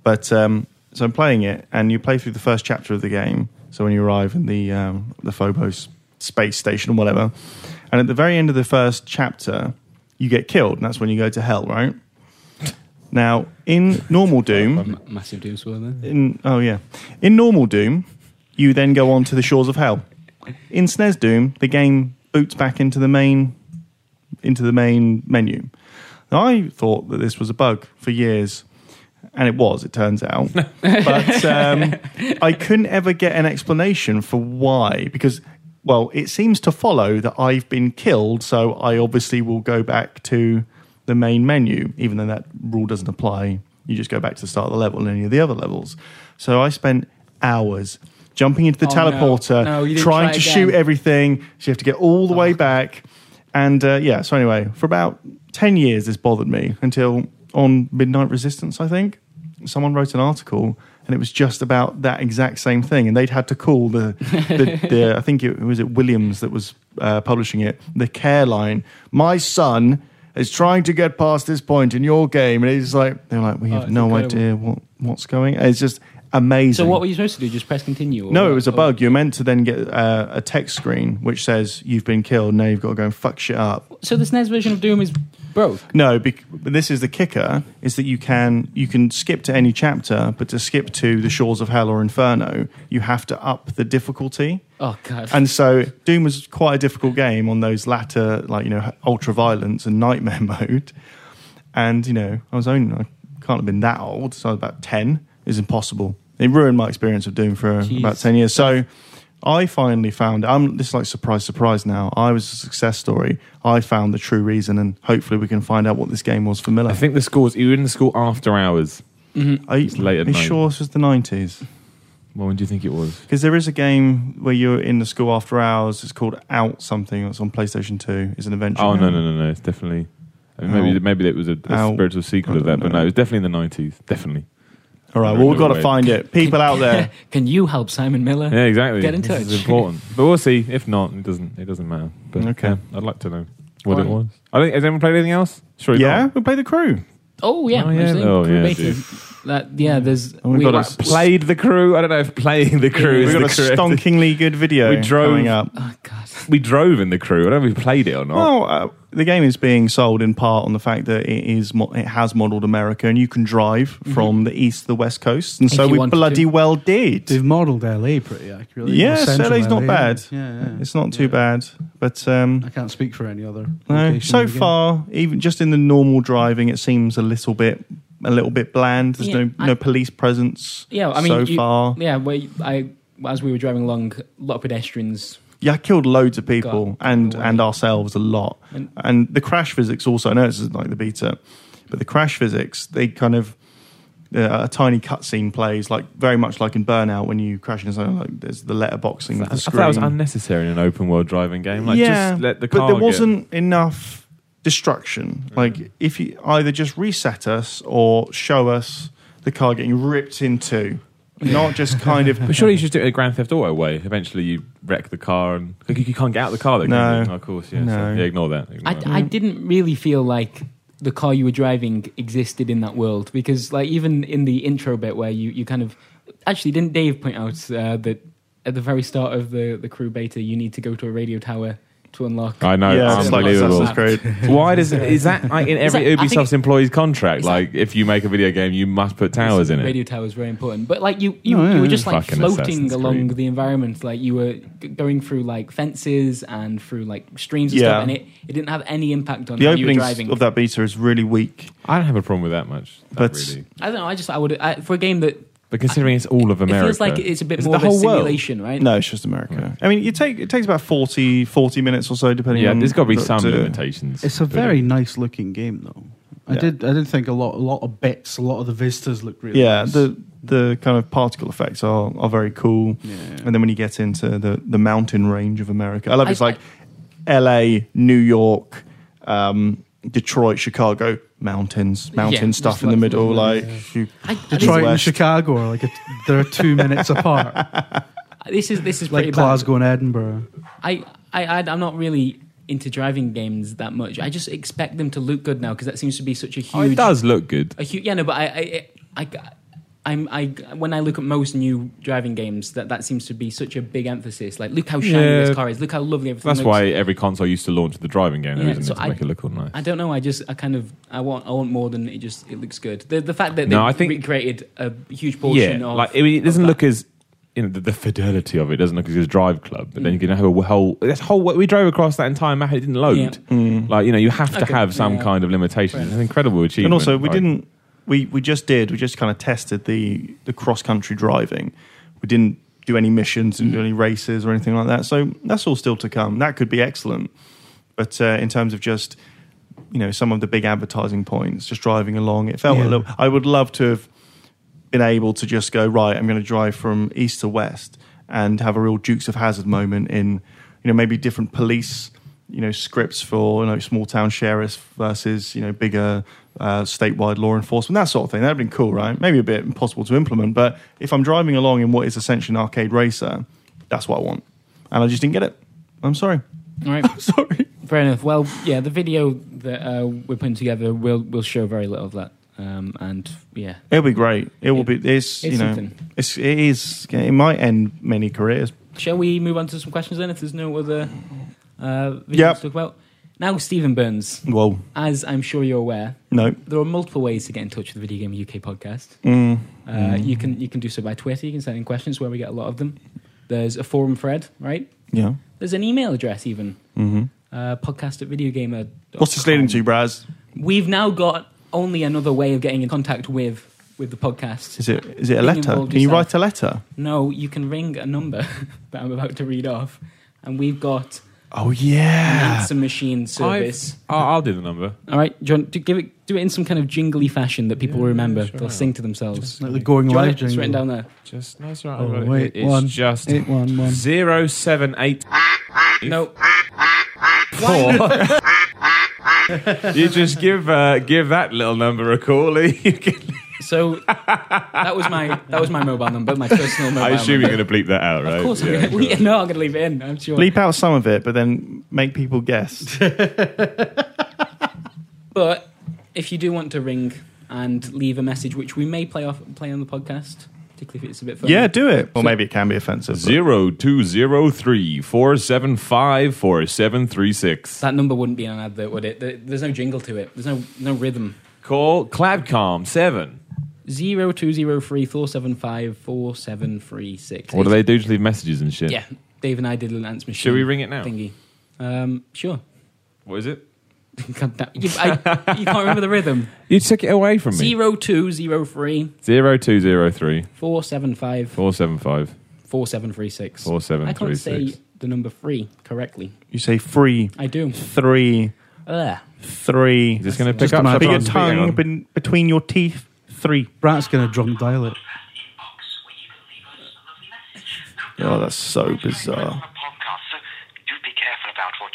Speaker 1: But um, so I'm playing it, and you play through the first chapter of the game. So when you arrive in the um, the Phobos space station or whatever, and at the very end of the first chapter, you get killed, and that's when you go to hell, right? Now, in normal Doom,
Speaker 2: Um, Massive doom swirl there.
Speaker 1: in oh yeah, in normal Doom, you then go on to the shores of hell. In SNES Doom, the game boots back into the main into the main menu. Now, I thought that this was a bug for years, and it was. It turns
Speaker 2: <laughs>
Speaker 1: out, but um, I couldn't ever get an explanation for why because. Well, it seems to follow that I've been killed, so I obviously will go back to the main menu, even though that rule doesn't apply. You just go back to the start of the level and any of the other levels. So I spent hours jumping into the
Speaker 2: Oh, no.
Speaker 1: teleporter,
Speaker 2: No, you didn't
Speaker 1: trying
Speaker 2: try
Speaker 1: to
Speaker 2: again.
Speaker 1: shoot everything. So you have to get all the way back. And uh, yeah, so anyway, for about 10 years, this bothered me until on Midnight Resistance, I think, someone wrote an article and it was just about that exact same thing. And they'd had to call the,
Speaker 2: <laughs>
Speaker 1: the, the I think it was it Williams that was uh, publishing it, the care line. My son is trying to get past this point in your game. And it's like, they're like, we
Speaker 2: Oh,
Speaker 1: have
Speaker 2: it's
Speaker 1: no
Speaker 2: incredible.
Speaker 1: idea what, what's going It's just amazing.
Speaker 2: So what were you supposed to do? Just press continue? Or
Speaker 1: No,
Speaker 2: what?
Speaker 1: it was a
Speaker 2: Oh,
Speaker 1: bug. You're meant to then get uh, a text screen which says you've been killed. Now you've got to go and fuck shit up.
Speaker 2: So the SNES version of Doom is broke.
Speaker 1: No, bec- but this is the kicker: is that you can you can skip to any chapter, but to skip to the shores of hell or inferno, you have to up the difficulty.
Speaker 2: Oh god. <laughs>
Speaker 1: And so Doom was quite a difficult game on those latter, like you know, ultra violence and nightmare <laughs> mode. And you know, I was only I can't have been that old, so I was about ten. It's impossible. It ruined my experience of Doom for
Speaker 2: Jeez.
Speaker 1: about ten years. So I finally found. I'm this is like surprise, surprise. Now I was a success story. I found the true reason, and hopefully we can find out what this game was for Miller.
Speaker 4: I think the school was you were in the school after hours.
Speaker 1: Are you,
Speaker 4: it's late at
Speaker 1: are you
Speaker 4: night.
Speaker 1: sure this was the nineties?
Speaker 4: Well, when do you think it was?
Speaker 1: Because there is a game where you're in the school after hours. It's called Out Something. It's on PlayStation Two. It's an adventure.
Speaker 4: Oh no
Speaker 1: game.
Speaker 4: no no no! It's definitely I mean, maybe
Speaker 1: Ow.
Speaker 4: maybe it was a, a
Speaker 1: Ow.
Speaker 4: spiritual
Speaker 1: I
Speaker 4: sequel of
Speaker 1: don't
Speaker 4: that, but
Speaker 1: know.
Speaker 4: no, it was definitely in the nineties. Definitely.
Speaker 1: All right.
Speaker 4: I
Speaker 1: Well,
Speaker 4: don't
Speaker 1: we've
Speaker 4: know
Speaker 1: got to
Speaker 4: where-
Speaker 1: find it. People out
Speaker 2: <laughs>
Speaker 1: there.
Speaker 2: Can you help Simon Miller?
Speaker 4: uh, Yeah, exactly.
Speaker 2: Get in
Speaker 4: This is
Speaker 2: touch.
Speaker 4: important, but we'll see. If not, it doesn't. It doesn't matter. But
Speaker 1: Okay.
Speaker 4: okay, I'd like to know what it
Speaker 2: Alright.
Speaker 4: was. I don't. Has anyone played anything else? Sure.
Speaker 1: Yeah, we play the crew.
Speaker 2: Oh yeah.
Speaker 4: Oh, yeah.
Speaker 2: actually,
Speaker 4: Oh, yeah,
Speaker 2: Beta.
Speaker 4: dude.
Speaker 2: That yeah. There's
Speaker 1: And we've
Speaker 2: we
Speaker 1: got
Speaker 2: were-
Speaker 1: a s-
Speaker 4: Played the crew. I don't know if playing the crew
Speaker 1: We've
Speaker 4: is
Speaker 1: got a
Speaker 4: the correct-
Speaker 1: stonkingly good video
Speaker 4: We drove-
Speaker 1: coming up.
Speaker 2: Oh god.
Speaker 4: <laughs> We drove in the crew. I don't know if we played it or not.
Speaker 1: Well, uh, the game is being sold in part on the fact that it is mo- it has modelled America, and you can drive from the east to the west coast, and
Speaker 2: If
Speaker 1: so
Speaker 2: you
Speaker 1: we
Speaker 2: wanted
Speaker 1: bloody
Speaker 2: to.
Speaker 1: well
Speaker 3: They've
Speaker 1: did.
Speaker 3: modelled LA pretty accurately.
Speaker 1: Yeah,
Speaker 3: Or central
Speaker 1: LA's not
Speaker 3: LA.
Speaker 1: bad.
Speaker 3: Yeah, yeah.
Speaker 1: It's not too
Speaker 3: Yeah.
Speaker 1: bad, but um,
Speaker 3: I can't speak for any other.
Speaker 1: no.
Speaker 3: location
Speaker 1: So
Speaker 3: again.
Speaker 1: far, even just in the normal driving, it seems a little bit a little bit bland. There's
Speaker 2: Yeah,
Speaker 1: no
Speaker 2: I-
Speaker 1: no police presence.
Speaker 2: Yeah, I mean,
Speaker 1: so
Speaker 2: you-
Speaker 1: far,
Speaker 2: Yeah, we, I as we were driving along, a lot of pedestrians.
Speaker 1: Yeah, I killed loads of people
Speaker 2: Got
Speaker 1: and
Speaker 2: away.
Speaker 1: and ourselves a lot. And,
Speaker 2: And-
Speaker 1: the crash physics also. I know this isn't like the beta, but the crash physics they kind of uh, a tiny cutscene plays like very much like in Burnout when you crash into something. Like there's the letterboxing with
Speaker 4: I
Speaker 1: the
Speaker 4: thought
Speaker 1: screen.
Speaker 4: that was unnecessary in an open world driving game. Like, just let the car.
Speaker 1: but there
Speaker 4: get- Mm.
Speaker 1: wasn't enough destruction. Like if you either just reset us or show us the car getting ripped into, not just kind <laughs> of.
Speaker 4: But surely you should do it a Grand Theft Auto way. Eventually, you wreck the car and like, you can't get out of the car. Though,
Speaker 1: No.
Speaker 4: can you? of course, yeah.
Speaker 1: No.
Speaker 4: So, yeah, ignore that. ignore
Speaker 2: I,
Speaker 4: that.
Speaker 2: I didn't really feel like the car you were driving existed in that world because, like, even in the intro bit where you, you kind of actually didn't Dave point out uh, that at the very start of the the crew beta you need to go to a radio tower to unlock.
Speaker 4: I know.
Speaker 1: yeah,
Speaker 4: it's
Speaker 1: it's like
Speaker 4: unbelievable.
Speaker 1: Assassin's <laughs> Creed.
Speaker 2: <laughs>
Speaker 4: Why does is that like in every
Speaker 2: that- I think-
Speaker 4: Ubisoft's employee's contract?
Speaker 2: Is that-
Speaker 4: Like, if you make a video game, you must put towers in it. Oh,
Speaker 2: Radio tower is very important, but like you, you,
Speaker 3: No, yeah,
Speaker 2: you were
Speaker 3: yeah.
Speaker 2: just like
Speaker 4: Fucking
Speaker 2: floating
Speaker 4: Assassin's
Speaker 2: along
Speaker 4: Creed.
Speaker 2: the environment, like you were g- going through like fences and through like streams and
Speaker 1: Yeah.
Speaker 2: stuff, and it, it didn't have any impact on
Speaker 1: The
Speaker 2: how you were
Speaker 1: opening
Speaker 2: driving.
Speaker 1: of that beta is really weak.
Speaker 4: I don't have a problem with that much. not
Speaker 1: But-
Speaker 4: really.
Speaker 2: I don't know. I just I would I, for a game that
Speaker 4: but considering it's all of America,
Speaker 2: it feels like it's a bit
Speaker 4: Is it
Speaker 2: more
Speaker 4: the
Speaker 2: of a
Speaker 4: whole world?
Speaker 2: simulation, right?
Speaker 1: No, it's just America. I mean, you take it takes about 40, 40 minutes or so, depending.
Speaker 4: Yeah,
Speaker 1: on
Speaker 4: there's got to be some
Speaker 1: to-
Speaker 4: limitations.
Speaker 3: It's a
Speaker 4: But-
Speaker 3: very nice looking game though. I
Speaker 1: Yeah.
Speaker 3: did I did think a lot a lot of bits, a lot of the vistas look really
Speaker 1: Yeah,
Speaker 3: nice.
Speaker 1: the the kind of particle effects are, are very cool.
Speaker 3: Yeah, yeah.
Speaker 1: And then when you get into the the mountain range of America, I love
Speaker 2: I-
Speaker 1: it's like L.A., New York, um, Detroit, Chicago, mountains, mountain
Speaker 2: Yeah,
Speaker 1: stuff
Speaker 2: just
Speaker 1: in the
Speaker 2: like-
Speaker 1: middle,
Speaker 2: yeah.
Speaker 1: like you-
Speaker 2: I, I-
Speaker 3: Detroit and
Speaker 1: West.
Speaker 3: Chicago are like a, they're
Speaker 1: <laughs>
Speaker 3: two minutes apart,
Speaker 2: this is this is pretty
Speaker 3: like
Speaker 2: bad.
Speaker 3: Glasgow and Edinburgh.
Speaker 2: I, I I I'm not really into driving games that much. I just expect them to look good now because that seems to be such a
Speaker 4: Oh,
Speaker 2: huge.
Speaker 4: it does look good.
Speaker 2: A huge. Yeah, no, but I I I, I I'm, I when I look at most new driving games, that that seems to be such a big emphasis. Like, look how shiny
Speaker 4: Yeah.
Speaker 2: this car is. Look how lovely everything.
Speaker 4: That's
Speaker 2: looks.
Speaker 4: why every console used to launch the driving game, though,
Speaker 2: Yeah,
Speaker 4: isn't
Speaker 2: so
Speaker 4: it, to
Speaker 2: I-
Speaker 4: make it look all nice.
Speaker 2: I don't know. I just I kind of I want I want more than it just it looks good. The the fact that they
Speaker 4: No, I think-
Speaker 2: recreated a huge portion
Speaker 4: yeah,
Speaker 2: of
Speaker 4: like I mean, it
Speaker 2: of
Speaker 4: doesn't
Speaker 2: that.
Speaker 4: look as you know the, the fidelity of it doesn't look as good as Drive Club, but then you can have a whole this whole we drove across that entire map. It didn't load.
Speaker 2: Yeah.
Speaker 1: Mm.
Speaker 4: Like you know, you have to
Speaker 2: Okay,
Speaker 4: have some
Speaker 2: yeah.
Speaker 4: kind of limitations. It's an incredible achievement.
Speaker 1: and also we
Speaker 4: like-
Speaker 1: didn't we, we just did we just kind of tested the the cross country driving we didn't do any missions and do any races or anything like that so that's all still to come that could be excellent but uh, in terms of just you know some of the big advertising points just driving along it felt
Speaker 3: Yeah.
Speaker 1: a little i would love to have been able to just go right i'm going to drive from east to west and have a real dukes of hazard moment in you know maybe different police you know scripts for you know small town sheriffs versus you know bigger uh, statewide law enforcement that sort of thing that'd been cool right maybe a bit impossible to implement but if i'm driving along in what is essentially an arcade racer that's what i want and i just didn't get it i'm sorry
Speaker 2: All
Speaker 1: <laughs>
Speaker 2: right.
Speaker 1: sorry
Speaker 2: Fair enough. Well, yeah, the video that uh, we're putting together will will show very little of that. Um, and yeah,
Speaker 1: it'll be great it will be it's,
Speaker 2: it's
Speaker 1: you know
Speaker 2: something.
Speaker 1: it's it is it might end many careers
Speaker 2: Shall we move on to some questions then? If there's no other uh, videos
Speaker 1: Yep.
Speaker 2: to talk about. Now, Stephen Burns,
Speaker 1: well
Speaker 2: as I'm sure you're aware,
Speaker 1: no
Speaker 2: there are multiple ways to get in touch with the Video Game UK podcast.
Speaker 1: Mm.
Speaker 2: Uh, You can you can do so by Twitter. You can send in questions where we get a lot of them. There's a forum thread, right?
Speaker 1: Yeah.
Speaker 2: There's an email address even.
Speaker 1: Mm-hmm.
Speaker 2: Uh, podcast at videogamer.
Speaker 1: What's this leading to, Braz?
Speaker 2: We've now got only another way of getting in contact with with the podcast.
Speaker 1: Is it is it a
Speaker 2: Being
Speaker 1: letter?
Speaker 2: involved
Speaker 1: Can you
Speaker 2: yourself.
Speaker 1: write a letter?
Speaker 2: No, you can ring a number <laughs> that I'm about to read off, and we've got
Speaker 1: Oh
Speaker 2: an
Speaker 1: yeah.
Speaker 2: answer machine service.
Speaker 4: I'll, I'll do the number.
Speaker 2: All right, John, do, give it, do it in some kind of jingly fashion that people
Speaker 4: Yeah,
Speaker 2: will remember.
Speaker 4: yeah, sure.
Speaker 2: They'll sing to themselves.
Speaker 3: Like the going
Speaker 2: Do you want
Speaker 3: live
Speaker 2: it? It's written
Speaker 3: jingle.
Speaker 2: down there.
Speaker 4: Just no, it's all right.
Speaker 3: Oh,
Speaker 4: I've got it.
Speaker 3: wait,
Speaker 4: it's
Speaker 3: one,
Speaker 4: just
Speaker 3: Eight one one.
Speaker 4: zero seven
Speaker 3: <laughs>
Speaker 4: eight.
Speaker 2: No,
Speaker 4: Four. <laughs> you just give uh, give that little number a call. <laughs> eh? You can-
Speaker 2: so that was my that was my mobile number, my personal mobile.
Speaker 4: <laughs> I assume
Speaker 2: number.
Speaker 4: you're going to bleep that out, right?
Speaker 2: Of course, <laughs>
Speaker 4: Yeah,
Speaker 2: I'm
Speaker 4: sure.
Speaker 2: gonna, no, I'm going to leave it in. I'm sure.
Speaker 1: Bleep out some of it, but then make people
Speaker 2: <laughs>
Speaker 1: guess.
Speaker 2: But if you do want to ring and leave a message, which we may play off play on the podcast, particularly if it's a bit funny.
Speaker 1: yeah, do it. Or maybe it can be offensive. but-
Speaker 4: Zero two zero three four seven five four seven three six.
Speaker 2: That number wouldn't be in an advert, would it? There- There's no jingle to it. There's no no rhythm.
Speaker 4: Call Clavcom seven.
Speaker 2: Zero two zero three four seven five four seven three six.
Speaker 4: What do they do? Just leave messages and shit.
Speaker 2: Yeah, Dave and I did an answer machine.
Speaker 4: Should we ring it now?
Speaker 2: Thingy. Um, sure. <laughs>
Speaker 4: What is it?
Speaker 2: God damn- you, I, you can't remember the
Speaker 4: <laughs>
Speaker 2: rhythm.
Speaker 4: You took it away from me.
Speaker 2: Zero two zero three
Speaker 4: Zero two zero three
Speaker 2: four seven five
Speaker 4: four seven five
Speaker 2: four seven three six.
Speaker 4: four seven
Speaker 2: I
Speaker 4: three
Speaker 2: can't say
Speaker 4: six.
Speaker 2: the number three correctly.
Speaker 1: You say three,
Speaker 2: I
Speaker 4: <laughs>
Speaker 2: do.
Speaker 1: three,
Speaker 2: Ugh.
Speaker 1: three.
Speaker 4: Is this going to pick
Speaker 3: Just
Speaker 4: up?
Speaker 3: imagine-
Speaker 1: Put
Speaker 3: Put
Speaker 1: your
Speaker 3: on
Speaker 1: tongue ben- between your teeth. Three.
Speaker 3: Brat's gonna drunk dial it.
Speaker 1: Oh, that's so bizarre.
Speaker 5: On a podcast, so do be careful about what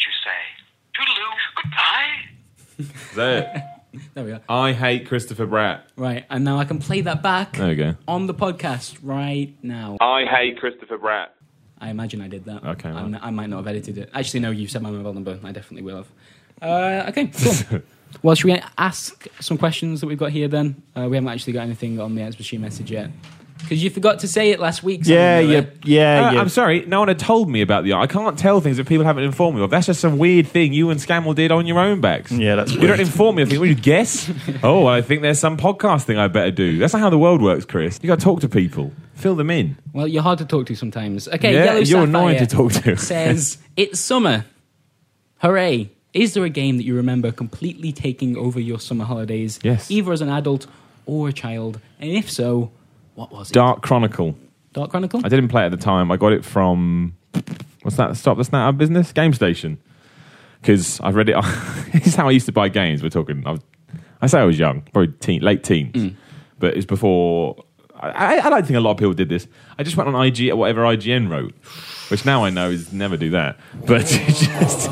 Speaker 5: you say. Toodaloo. Goodbye.
Speaker 4: There.
Speaker 2: There we are.
Speaker 4: I hate Christopher Bratt.
Speaker 2: Right, and now I can play that back
Speaker 4: There we go.
Speaker 2: on the podcast right now.
Speaker 4: I hate Christopher Bratt.
Speaker 2: I imagine I did that.
Speaker 4: Okay,
Speaker 2: I,
Speaker 4: right.
Speaker 2: I might not have edited it. Actually, no, you said my mobile number. I definitely will have. Uh, okay,
Speaker 4: <laughs>
Speaker 2: cool. well, should we ask some questions that we've got here then? Uh, we haven't actually got anything on the Answer Machine message yet. Because you forgot to say it last week.
Speaker 1: Yeah,
Speaker 2: Simon,
Speaker 1: yeah,
Speaker 2: really.
Speaker 1: yeah,
Speaker 4: Uh,
Speaker 1: yeah.
Speaker 4: I'm sorry, no one had told me about the. I can't tell things that people haven't informed me of. That's just some weird thing you and Scammel did on your own backs.
Speaker 1: Yeah, that's
Speaker 4: You don't
Speaker 1: weird.
Speaker 4: inform me of things. Would
Speaker 1: <laughs>
Speaker 4: you guess? oh, I think there's some podcast thing I better do. That's not how the world works, Chris. You got to talk to people, fill them in.
Speaker 2: Well, you're hard to talk to sometimes. Okay,
Speaker 4: Yeah,
Speaker 2: Yellow
Speaker 4: you're
Speaker 2: Sapphire
Speaker 4: annoying to talk
Speaker 2: <laughs>
Speaker 4: to.
Speaker 2: says, It's summer. Hooray. Is there a game that you remember completely taking over your summer holidays?
Speaker 4: Yes.
Speaker 2: Either as an adult or a child? And if so, what was it?
Speaker 4: Dark Chronicle.
Speaker 2: Dark Chronicle?
Speaker 4: I didn't play it at the time. I got it from what's that? Stop. That's not our business. Game Station. Because I've <laughs> read it. this is how I used to buy games. We're talking. I, was, I say I was young, probably teen, late teens, but it's before. I, I, I don't think a lot of people did this. I just went on IG whatever IGN wrote, which now I know is never do that. But <laughs> just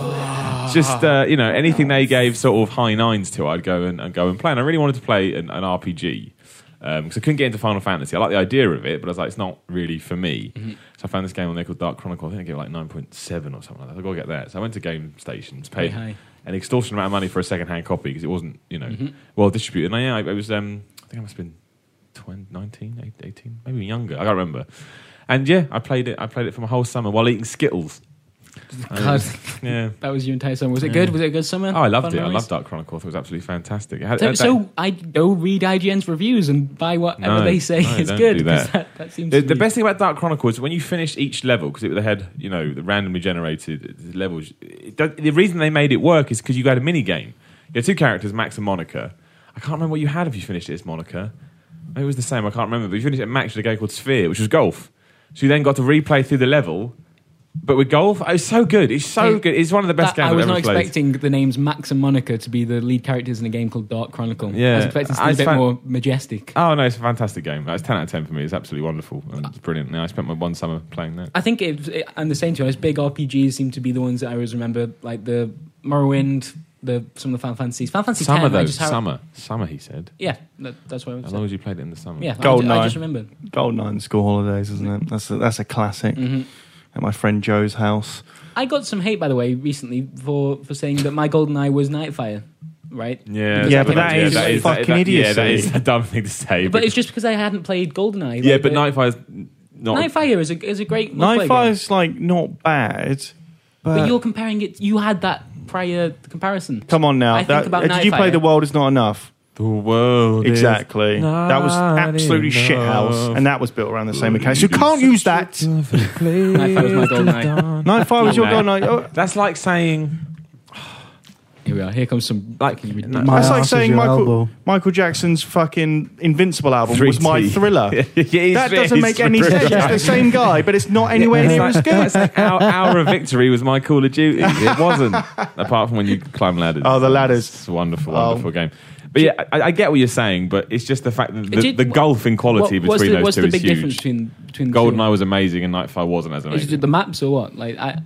Speaker 4: just uh, you know anything they gave sort of high nines to, I'd go and, and go and play. And I really wanted to play an, an RPG because um, I couldn't get into Final Fantasy. I like the idea of it, but I was like, it's not really for me. So I found this game on there called Dark Chronicle. I think I gave it like nine point seven or something like that. I got to get that. So I went to Game Station to pay
Speaker 2: Very high.
Speaker 4: an extortionate amount of money for a second hand copy because it wasn't you know well distributed. And I, yeah, it was um, I think I must have been 20, 19, eight- 18, maybe younger. I can't remember. And yeah, I played it. I played it for my whole summer while eating Skittles.
Speaker 2: <laughs> God,
Speaker 4: Yeah.
Speaker 2: that was your entire summer. Was it
Speaker 4: Yeah.
Speaker 2: good? Was it a good summer?
Speaker 4: Oh, I loved
Speaker 2: Fun
Speaker 4: it. I
Speaker 2: memories?
Speaker 4: loved Dark Uh, Chronicle. I thought it was absolutely fantastic. It had-
Speaker 2: So,
Speaker 4: had that-
Speaker 2: so I go read IGN's reviews and buy whatever
Speaker 4: No,
Speaker 2: they say
Speaker 4: no,
Speaker 2: is
Speaker 4: don't
Speaker 2: good
Speaker 4: do
Speaker 2: because
Speaker 4: that.
Speaker 2: that. That, seems
Speaker 4: the,
Speaker 2: to
Speaker 4: the
Speaker 2: be-
Speaker 4: best thing about Dark Chronicle is when you finish each level because they had you know the randomly generated levels. It, does- the reason they made it work is because you had a mini game. You had two characters, Max and Monica. I can't remember what you had if you finished it as Monica. Maybe it was the same. I can't remember. But you finished it at Max with a game called Sphere, which was golf. So you then got to replay through the level, but with golf. It's so good. It's so
Speaker 2: It-
Speaker 4: good. It's one of the best
Speaker 2: That-
Speaker 4: games
Speaker 2: I was
Speaker 4: I've
Speaker 2: not
Speaker 4: ever played.
Speaker 2: expecting the names Max and Monica to be the lead characters in a game called Dark Chronicle. I was
Speaker 4: Yeah.
Speaker 2: expecting
Speaker 4: I
Speaker 2: something a bit
Speaker 4: found-
Speaker 2: more majestic.
Speaker 4: Oh no, it's a fantastic game. It's ten out of ten for me. It's absolutely wonderful and it's brilliant. Now I spent my one summer playing that.
Speaker 2: I think it, it, I'm the same to us. Big RPGs seem to be the ones that I always remember, like the Morrowind, the some of the Final Fantasies. Final Fantasy
Speaker 4: Summer
Speaker 2: 10, I
Speaker 4: though,
Speaker 2: just have-
Speaker 4: summer, summer. He said.
Speaker 2: Yeah, that, that's what I was
Speaker 4: As
Speaker 2: saying.
Speaker 4: long as you played it in the summer.
Speaker 2: Yeah, I, ju- I
Speaker 1: Goldeneye.
Speaker 2: just remembered.
Speaker 1: Goldeneye school holidays, isn't it? That's a, that's a classic.
Speaker 2: Mhm.
Speaker 1: At my friend Joe's house.
Speaker 2: I got some hate, by the way, recently for, for saying that my Goldeneye was Nightfire, right?
Speaker 4: Yeah,
Speaker 1: Yeah,
Speaker 4: I
Speaker 1: but
Speaker 4: think-
Speaker 1: that is fucking
Speaker 4: Yeah, that
Speaker 1: idiocy.
Speaker 4: is a dumb thing to say.
Speaker 2: But it's just because I hadn't played Goldeneye.
Speaker 4: yeah,
Speaker 2: like,
Speaker 4: but
Speaker 2: the-
Speaker 4: Nightfire's not.
Speaker 2: Nightfire is a is a great multiplayer game.
Speaker 1: Nightfire's like not bad, but,
Speaker 2: But
Speaker 4: Uh,
Speaker 2: you're comparing it. You had that prior comparison.
Speaker 1: come on now.
Speaker 2: I think
Speaker 1: that- uh,
Speaker 2: about
Speaker 1: did you
Speaker 2: Nightfire.
Speaker 1: play The World Is Not Enough?
Speaker 4: The world is-
Speaker 1: Exactly. That was
Speaker 4: not
Speaker 1: absolutely
Speaker 4: enough.
Speaker 1: shit house, and that was built around the same occasion. You can't use that.
Speaker 4: <laughs>
Speaker 2: Nightfire was my Goldeneye.
Speaker 1: Nightfire was your
Speaker 4: Nah.
Speaker 1: Goldeneye. Oh,
Speaker 4: That's like <laughs> saying
Speaker 2: Here we are. Here comes some
Speaker 4: Like,
Speaker 2: like
Speaker 4: no.
Speaker 1: that's
Speaker 3: My
Speaker 1: like
Speaker 3: ass is
Speaker 1: saying
Speaker 3: your
Speaker 1: Michael
Speaker 3: elbow.
Speaker 1: Michael Jackson's fucking Invincible album was
Speaker 4: 3T.
Speaker 1: my thriller. that doesn't make any sense. It's the same guy, but it's not anywhere <laughs> near as good.
Speaker 4: It's like our hour of victory was my Call of Duty. It
Speaker 1: <laughs>
Speaker 4: wasn't, apart from when you climb ladders.
Speaker 1: Oh, the ladders.
Speaker 4: It's a wonderful,
Speaker 1: Oh.
Speaker 4: wonderful game. But yeah, I, I get what you're saying, but it's just the fact that the,
Speaker 2: Did-
Speaker 4: the gulf in quality
Speaker 2: What- what's
Speaker 4: between
Speaker 2: the,
Speaker 4: those
Speaker 2: what's
Speaker 4: two
Speaker 2: the
Speaker 4: is
Speaker 2: big
Speaker 4: huge.
Speaker 2: difference between between the
Speaker 4: Goldeneye
Speaker 2: two?
Speaker 4: was amazing and Nightfire wasn't as
Speaker 2: Is
Speaker 4: amazing.
Speaker 2: it the maps or what? Like I,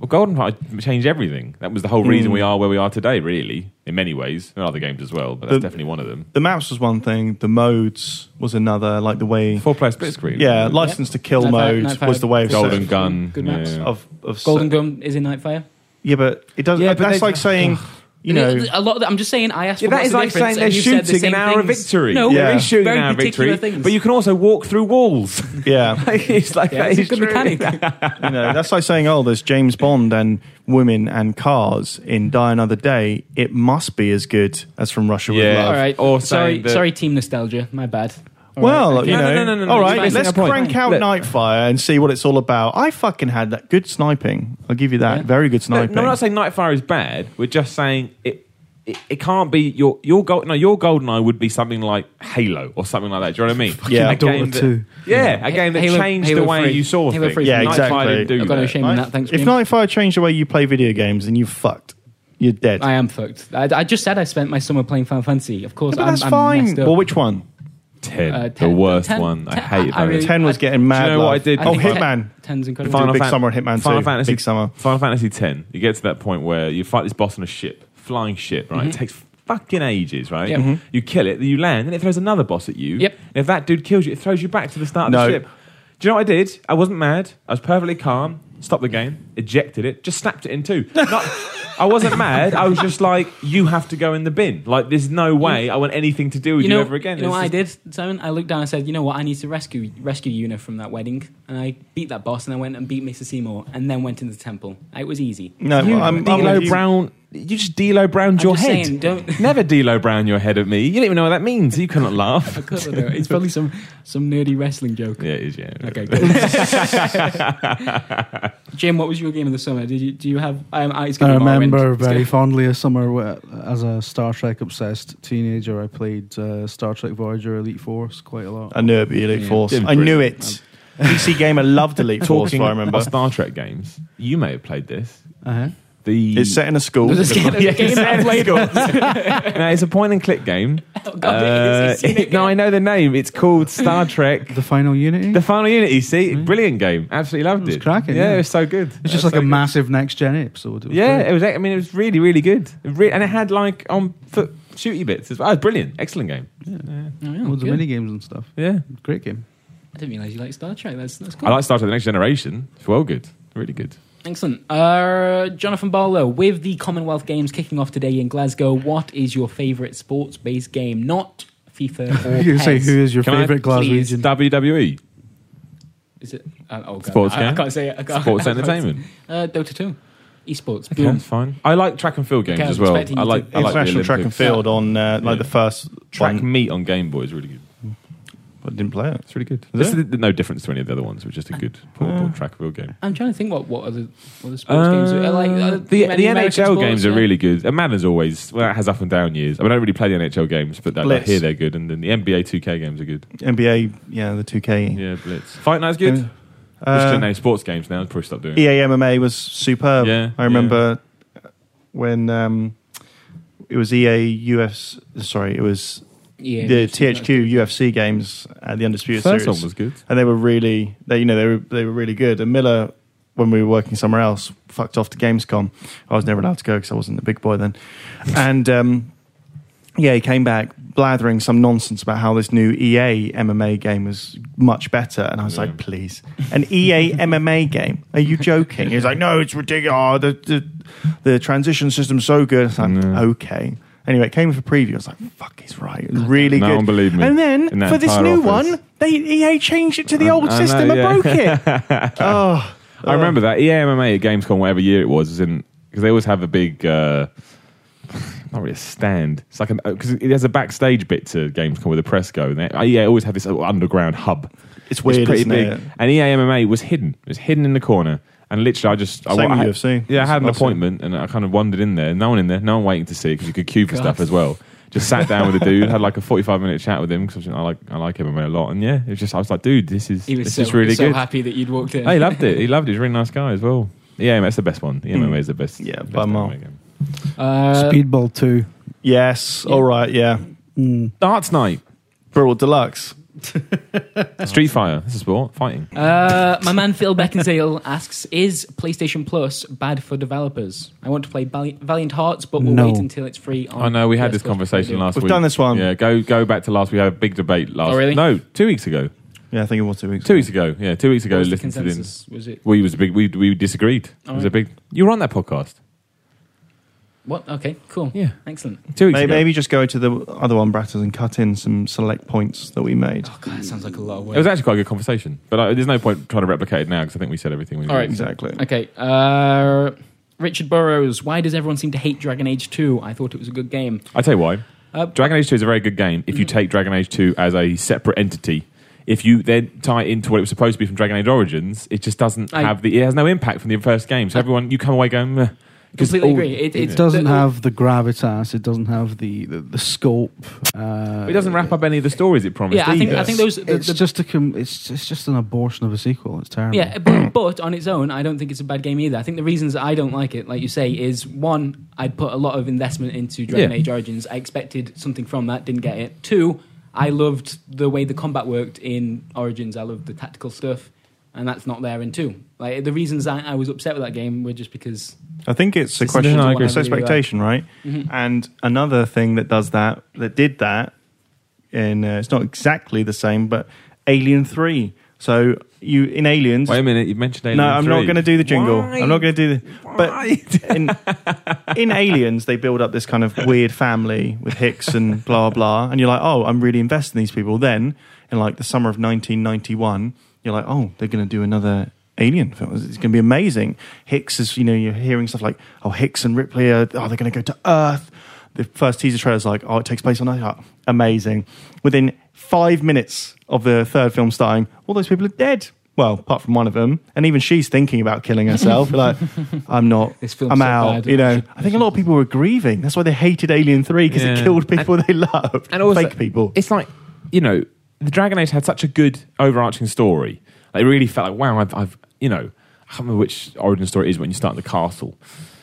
Speaker 4: Well, Goldeneye changed everything. That was the whole reason
Speaker 1: Hmm.
Speaker 4: we are where we are today, really, in many ways. There are other games as well, but that's
Speaker 1: The-
Speaker 4: definitely one of them.
Speaker 1: The maps was one thing. The modes was another. Like the way,
Speaker 4: Four player split screen. Mm-hmm.
Speaker 1: yeah, license to kill
Speaker 2: Nightfire-
Speaker 1: mode
Speaker 2: Nightfire
Speaker 1: was the way of
Speaker 4: Golden
Speaker 1: set-
Speaker 4: Gun.
Speaker 2: Good maps.
Speaker 4: yeah.
Speaker 1: of of
Speaker 2: Golden
Speaker 1: set-
Speaker 2: Gun is in Nightfire.
Speaker 1: Yeah, but it doesn't.
Speaker 4: Yeah, but
Speaker 1: that's
Speaker 4: they- Oh.
Speaker 1: like saying, you know,
Speaker 2: a lot. Of, I'm just saying. I asked.
Speaker 4: Yeah,
Speaker 2: for
Speaker 4: that
Speaker 2: what's
Speaker 4: is
Speaker 2: the
Speaker 4: like
Speaker 2: difference,
Speaker 4: saying they're
Speaker 2: and you said
Speaker 4: shooting
Speaker 2: the
Speaker 4: an
Speaker 2: same
Speaker 4: hour of
Speaker 2: things.
Speaker 4: victory.
Speaker 2: No,
Speaker 1: Yeah.
Speaker 4: There is shooting
Speaker 2: very
Speaker 4: an hour of
Speaker 2: particular
Speaker 4: victory,
Speaker 2: things.
Speaker 4: but you can also walk through walls. <laughs>
Speaker 1: yeah,
Speaker 4: it's like
Speaker 2: Yeah,
Speaker 4: that
Speaker 2: it's a
Speaker 4: is
Speaker 2: good
Speaker 4: true.
Speaker 2: mechanic.
Speaker 1: you know, that's like saying, oh, there's James Bond and women and cars in Die Another Day. It must be as good as From Russia with
Speaker 4: Yeah.
Speaker 1: Love.
Speaker 2: All right.
Speaker 4: Or
Speaker 2: sorry,
Speaker 4: saying that-
Speaker 2: sorry, team nostalgia. My bad. All
Speaker 1: Well,
Speaker 2: right, okay.
Speaker 1: you
Speaker 4: No,
Speaker 1: know,
Speaker 4: no, no, no, no,
Speaker 1: all
Speaker 4: you're
Speaker 1: right,
Speaker 4: missing
Speaker 1: let's
Speaker 4: a point.
Speaker 1: crank out
Speaker 4: Look.
Speaker 1: Nightfire and see what it's all about. I fucking had that good sniping. I'll give you that.
Speaker 2: Yeah.
Speaker 1: Very good
Speaker 4: No,
Speaker 1: sniping.
Speaker 4: no, I'm not saying Nightfire is bad. We're just saying it. It, it can't be your your gold. No, your Goldeneye would be something like Halo or something like that. Do you know what I mean? <laughs>
Speaker 2: <laughs>
Speaker 1: Yeah.
Speaker 4: a
Speaker 3: Dota
Speaker 4: game that,
Speaker 3: 2.
Speaker 4: Yeah, a game that
Speaker 2: Halo-
Speaker 4: changed
Speaker 2: Halo
Speaker 4: the way
Speaker 2: 3.
Speaker 4: you saw
Speaker 2: Halo
Speaker 4: things.
Speaker 2: 3.
Speaker 1: Yeah,
Speaker 4: Nightfire
Speaker 1: exactly.
Speaker 4: didn't do
Speaker 2: I've got no
Speaker 4: that.
Speaker 2: shame in that. Thanks.
Speaker 1: if
Speaker 2: Liam.
Speaker 1: Nightfire changed the way you play video games, then you fucked. You're dead.
Speaker 2: I am fucked. I, I just said I spent my summer playing Final Fantasy. Of course,
Speaker 1: but
Speaker 2: I'm,
Speaker 1: that's
Speaker 2: I'm
Speaker 1: fine.
Speaker 2: messed up.
Speaker 1: Well, which one?
Speaker 4: Ten,
Speaker 2: Uh, 10,
Speaker 4: the worst
Speaker 2: 10,
Speaker 4: one. I
Speaker 2: 10,
Speaker 4: hated
Speaker 2: I
Speaker 4: that.
Speaker 2: really-
Speaker 1: Ten was getting mad.
Speaker 4: know what
Speaker 1: love.
Speaker 4: I did?
Speaker 2: I
Speaker 1: Oh,
Speaker 2: think
Speaker 4: Hit-
Speaker 1: Hitman.
Speaker 2: Ten- Ten's incredible.
Speaker 1: Final-
Speaker 4: Final
Speaker 1: big
Speaker 4: Fan-
Speaker 1: summer Hitman too.
Speaker 4: Final Fantasy,
Speaker 1: Big summer.
Speaker 4: Final Fantasy X. You get to that point where you fight this boss on a ship, flying ship, right? It takes fucking ages, right?
Speaker 2: Mm-hmm.
Speaker 4: Mm-hmm.
Speaker 2: Yep. Mhm.
Speaker 4: You kill it, you land, and it throws another boss at you.
Speaker 2: Yep.
Speaker 4: And if that dude kills you, it throws you back to the start of
Speaker 1: No.
Speaker 4: the ship. Do you know what I did? I wasn't mad. I was perfectly calm. Stopped the game, ejected it, just snapped it in two. Not, I wasn't mad. I was just like, you have to go in the bin. Like, there's no way I want anything to do with
Speaker 2: you
Speaker 4: you,
Speaker 2: know,
Speaker 4: ever again.
Speaker 2: You know
Speaker 4: It's
Speaker 2: what I
Speaker 4: just-
Speaker 2: did, Simon? I looked down and said, you know what, I need to rescue rescue Una from that wedding. And I beat that boss and I went and beat Mr. Seymour and then went into the temple. It was easy.
Speaker 1: <laughs> No,
Speaker 4: You,
Speaker 1: I'm, I'm
Speaker 4: D'Lo
Speaker 1: with you.
Speaker 4: Brown. You just D'Lo Browned
Speaker 2: I'm
Speaker 4: your
Speaker 2: just
Speaker 4: head.
Speaker 2: saying, don't-
Speaker 4: <laughs> Never D'Lo Brown your head at me. You don't even know what that means. You cannot laugh. <laughs>
Speaker 2: I couldn't do it. It's probably some, some nerdy wrestling joke.
Speaker 4: yeah, it is. Yeah.
Speaker 2: Okay,
Speaker 1: <laughs>
Speaker 2: good. Jim, what was your game of the summer? Did you do you have? Um, it's
Speaker 3: I
Speaker 2: gonna be Morrowind.
Speaker 3: remember
Speaker 2: It's
Speaker 3: very
Speaker 2: gonna-
Speaker 3: fondly a summer where, as a Star Trek obsessed teenager, I played uh, Star Trek Voyager Elite Force quite a lot.
Speaker 1: I knew it'd be Elite
Speaker 2: Yeah.
Speaker 1: Force.
Speaker 4: Didn't
Speaker 1: I knew
Speaker 4: brilliant.
Speaker 1: it. PC Gamer loved <laughs> Elite Force.
Speaker 4: Talking
Speaker 1: if I remember.
Speaker 4: about Star Trek games, you may have played this.
Speaker 3: Uh-huh.
Speaker 4: The
Speaker 1: It's
Speaker 4: <laughs>
Speaker 1: set in a <laughs> school.
Speaker 2: There's a game- there's a game that I played.
Speaker 4: no, it's a point and click <laughs> game.
Speaker 2: <laughs> God, it is. It's
Speaker 1: <laughs>
Speaker 4: Uh, <laughs> no, I know the name. It's <laughs> called Star Trek.
Speaker 3: The Final Unity.
Speaker 4: The Final Unity, see, brilliant game. Absolutely loved Mm-hmm. it.
Speaker 3: was cracking,
Speaker 4: Yeah,
Speaker 3: yeah.
Speaker 4: it was so good.
Speaker 3: it's just like a massive next gen episode. It was
Speaker 4: <laughs> Yeah,
Speaker 3: great.
Speaker 4: it was. I mean, it was really, really good. It re- and it had like on foot shooty bits as well. It was brilliant, excellent game.
Speaker 2: Oh, yeah,
Speaker 3: loads
Speaker 2: good.
Speaker 3: of mini games and stuff.
Speaker 4: Yeah,
Speaker 3: Great game.
Speaker 2: I didn't realize you like Star Trek. That's that's cool.
Speaker 4: I like Star Trek: The Next Generation. It's well good, really good.
Speaker 2: Excellent. Uh, Jonathan Barlow, with the Commonwealth Games kicking off today in Glasgow, what is your favourite sports based game? Not FIFA
Speaker 4: <laughs>
Speaker 2: or
Speaker 3: You say
Speaker 2: PES.
Speaker 3: who is your
Speaker 4: Can I
Speaker 3: favorite
Speaker 2: please-
Speaker 3: Glaswegian?
Speaker 4: WWE,
Speaker 2: Is it? Uh, oh, God,
Speaker 4: Sports
Speaker 2: I, I
Speaker 4: game?
Speaker 2: can't say it. <laughs> I can't-
Speaker 4: Sports
Speaker 2: I can't-
Speaker 4: Entertainment.
Speaker 2: Uh, Dota 2. Esports.
Speaker 4: Yeah,
Speaker 2: Boom.
Speaker 4: that's fine. I like track and field games
Speaker 2: Okay, I was
Speaker 4: as well.
Speaker 2: expecting
Speaker 4: I
Speaker 2: you
Speaker 4: like
Speaker 2: to-
Speaker 4: I like the
Speaker 1: International track and
Speaker 4: Olympics.
Speaker 1: field on uh, like the first
Speaker 4: Track
Speaker 1: one,
Speaker 4: meet on Game Boy is really good.
Speaker 1: but didn't play it. Uh,
Speaker 4: It's really good.
Speaker 1: Is
Speaker 4: This
Speaker 1: it?
Speaker 4: is no difference to any of the other ones. It was just a good portable track and field game.
Speaker 2: I'm trying to think what what other what other sports games are
Speaker 4: Uh,
Speaker 2: like uh,
Speaker 4: the,
Speaker 2: many
Speaker 4: the
Speaker 2: American
Speaker 4: NHL
Speaker 2: sports,
Speaker 4: games
Speaker 2: yeah.
Speaker 4: are really good. And Madden's always well, it has up and down years. I, mean, I don't really play the NHL games, but that, I
Speaker 1: Blitz.
Speaker 4: hear they're good. And then the NBA 2K games are good.
Speaker 1: NBA, yeah, the 2K.
Speaker 4: Yeah, Blitz. Fight Night's good.
Speaker 1: Yeah.
Speaker 4: just to
Speaker 1: Uh, E
Speaker 4: name sports games now. Probably stop doing. it.
Speaker 1: EA MMA was superb.
Speaker 4: Yeah,
Speaker 1: I remember when um, it was E EA US. Sorry, it was
Speaker 2: yeah,
Speaker 1: the
Speaker 2: it's- it's-
Speaker 1: THQ UFC games at the Undisputed
Speaker 4: First
Speaker 1: Series,
Speaker 4: one was good.
Speaker 1: and they were really they you know they were they were really good. And Miller, when we were working somewhere else, fucked off to Gamescom. I was never allowed to go because I wasn't a big boy then, and. Um, yeah, he came back blathering some nonsense about how this new E EA MMA game was much better. And I was like, please. An E EA MMA game? Are you joking? He was like, no, it's ridiculous. Oh, the, the, the transition system's so good. I was like, okay. Anyway, it came with a preview. I was like, fuck, he's right. It was really
Speaker 4: No
Speaker 1: good.
Speaker 4: one believed me
Speaker 1: And
Speaker 4: in
Speaker 1: then
Speaker 4: that
Speaker 1: for this
Speaker 4: entire
Speaker 1: new
Speaker 4: office.
Speaker 1: one, they EA changed it to the
Speaker 4: I-
Speaker 1: old
Speaker 4: I know,
Speaker 1: system
Speaker 4: yeah.
Speaker 1: and broke it.
Speaker 4: <laughs>
Speaker 1: oh,
Speaker 4: I remember that E EA MMA at Gamescom, whatever year it was, is in because they always have a big, uh, <sighs> not really a stand. It's like an because it has a backstage bit to Gamescom where the press go, and they, EA always have this little underground hub.
Speaker 1: It's weird,
Speaker 4: pretty
Speaker 1: isn't
Speaker 4: big.
Speaker 1: it?
Speaker 4: And E EA MMA was hidden. It was hidden in the corner. And literally, I just I,
Speaker 1: Same with
Speaker 4: I, had-
Speaker 1: UFC.
Speaker 4: Yeah, I had an
Speaker 1: Awesome.
Speaker 4: appointment, and I kind of wandered in there. No one in there. No one waiting to see because you could queue for stuff as well. Just sat down with a dude, had like a forty-five minute chat with him because I like I like MMA a lot. And yeah, it was just I was like, dude, this is
Speaker 2: He was
Speaker 4: this
Speaker 2: so,
Speaker 4: is really
Speaker 2: so
Speaker 4: good.
Speaker 2: happy that you'd walked in.
Speaker 4: Oh, he loved it. He loved it. He's a really nice guy as well. Yeah, that's the best one. The MMA is the best.
Speaker 1: Hmm. Yeah,
Speaker 4: best
Speaker 1: by a mile.
Speaker 4: MMA game.
Speaker 2: Uh,
Speaker 3: Speedball two.
Speaker 1: yes. All right. Yeah.
Speaker 4: Darts Night,
Speaker 1: Brutal Deluxe.
Speaker 4: Street Fire. That's a sport. Fighting.
Speaker 2: Uh, my man Phil Beckinsale <laughs> asks: Is PlayStation Plus bad for developers? I want to play Vali- Valiant Hearts, but we'll
Speaker 3: No.
Speaker 2: wait until it's free. On
Speaker 4: I know we had this
Speaker 2: PS4.
Speaker 4: conversation last
Speaker 1: We've
Speaker 4: week.
Speaker 1: done this one.
Speaker 4: Yeah, go go back to last. We had a big debate last.
Speaker 2: Oh, really?
Speaker 4: No, two weeks ago.
Speaker 1: Yeah, I think it was two weeks.
Speaker 4: Two
Speaker 1: ago.
Speaker 4: weeks ago. Yeah, two weeks
Speaker 2: What
Speaker 4: ago.
Speaker 2: was the
Speaker 4: Listened to this.
Speaker 2: consensus? Oh, Was it
Speaker 4: We was a big. We we disagreed. it was a
Speaker 2: right.
Speaker 4: big. You were on that podcast
Speaker 2: what? Okay, cool.
Speaker 4: Yeah.
Speaker 2: excellent.
Speaker 4: two weeks
Speaker 1: May-
Speaker 4: ago.
Speaker 1: Maybe, just go to the other one, Bratters, and cut in some select points that we made.
Speaker 2: Oh god, that sounds like a lot of
Speaker 4: It was
Speaker 2: work.
Speaker 4: actually quite a good conversation, but I, there's no point trying to replicate it now because I think we said everything. We
Speaker 2: All right.
Speaker 4: needed to say.
Speaker 1: Exactly.
Speaker 2: Okay, uh, Richard Burrows. Why does everyone seem to hate Dragon Age Two? I thought it was a good game.
Speaker 4: I tell you why.
Speaker 2: Uh, Hmm.
Speaker 4: Dragon Age Two is a very good game if you take Dragon Age Two as a separate entity. If you then tie it into what it was supposed to be from Dragon Age Origins, it just doesn't
Speaker 2: I-
Speaker 4: have the. It has no impact from the first game. So everyone, you come away going. Meh. 'Cause
Speaker 2: Completely
Speaker 4: all-
Speaker 2: agree. It, it's
Speaker 3: It doesn't
Speaker 2: the-
Speaker 3: have the gravitas. It doesn't have the the, the scope. Uh,
Speaker 4: It doesn't wrap up any of the stories it promised.
Speaker 2: Yeah, I think
Speaker 4: either.
Speaker 2: I think those. The,
Speaker 3: It's
Speaker 2: the,
Speaker 3: just a com- it's it's just an abortion of a sequel. It's terrible.
Speaker 2: Yeah, but,
Speaker 4: <clears throat>
Speaker 2: but on its own, I don't think it's a bad game either. I think the reasons I don't like it, like you say, is one, I'd put a lot of investment into Dragon
Speaker 4: Yeah.
Speaker 2: Age Origins. I expected something from that, didn't get it. Two, I loved the way the combat worked in Origins. I loved the tactical stuff, and that's not there in two. Like the reasons I, I was upset with that game were just because
Speaker 1: I think it's a
Speaker 2: It's
Speaker 1: question
Speaker 4: no, I Mm-hmm.
Speaker 1: of
Speaker 4: agree.
Speaker 1: it's expectation, right? And another thing that does that, that did that, in uh, it's not exactly the same, but Alien Three. So you in Aliens,
Speaker 4: Wait a minute, you've mentioned Alien
Speaker 1: no, I'm not
Speaker 4: 3.
Speaker 1: going to do the jingle.
Speaker 4: Why?
Speaker 1: I'm not going to do the.
Speaker 4: <laughs>
Speaker 1: But in, in Aliens, they build up this kind of weird family with Hicks and blah blah, and you're like, oh, I'm really invested in these people. Then in like the summer of 1991, you're like, oh, they're going to do another. Alien film. It's going to be amazing. Hicks is, you know, you're hearing stuff like, oh, Hicks and Ripley are, oh, they're going to go to Earth. The first teaser trailer's like, oh, it takes place on Earth. Oh, amazing. Within five minutes of the third film starting, all those people are dead. Well, apart from one of them, and even she's thinking about killing herself.
Speaker 2: <laughs>
Speaker 1: like, I'm not.
Speaker 2: This film's
Speaker 1: I'm
Speaker 2: so
Speaker 1: out.
Speaker 2: bad.
Speaker 1: You know, I think a lot of people were grieving. That's why they hated Alien Three because
Speaker 4: Yeah.
Speaker 1: it killed people they loved,
Speaker 4: and also,
Speaker 1: fake people.
Speaker 4: It's like you know, the Dragon Age had such a good overarching story. Like, it really felt like wow, I've, I've you know, I can't remember which origin story it is when you start in the castle.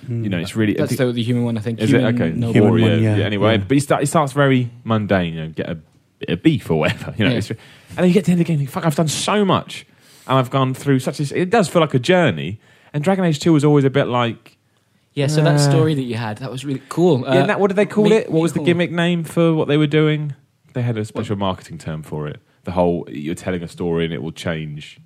Speaker 4: You know, it's really I
Speaker 2: Hmm. that's
Speaker 4: think-
Speaker 2: the, the human one. I think
Speaker 4: Is
Speaker 2: human,
Speaker 4: it okay?
Speaker 2: noble.
Speaker 3: Human
Speaker 4: Warrior,
Speaker 3: one,
Speaker 4: yeah.
Speaker 3: yeah.
Speaker 4: Anyway,
Speaker 3: Yeah.
Speaker 4: but he, start, he starts very mundane. You know, get a bit of beef or whatever. You know,
Speaker 2: Yeah.
Speaker 4: it's, and then you get to the end of the game. You think, Fuck, I've done so much, and I've gone through such. A, it does feel like a journey. And Dragon Age Two was always a bit like.
Speaker 2: Yeah, so that
Speaker 4: Uh,
Speaker 2: story that you had, that was really cool. Uh,
Speaker 4: yeah, and that, what did they call
Speaker 2: me-
Speaker 4: it? What was the
Speaker 2: cool.
Speaker 4: gimmick name for what they were doing? They had a special marketing term for it. The whole you're telling a story and it will change.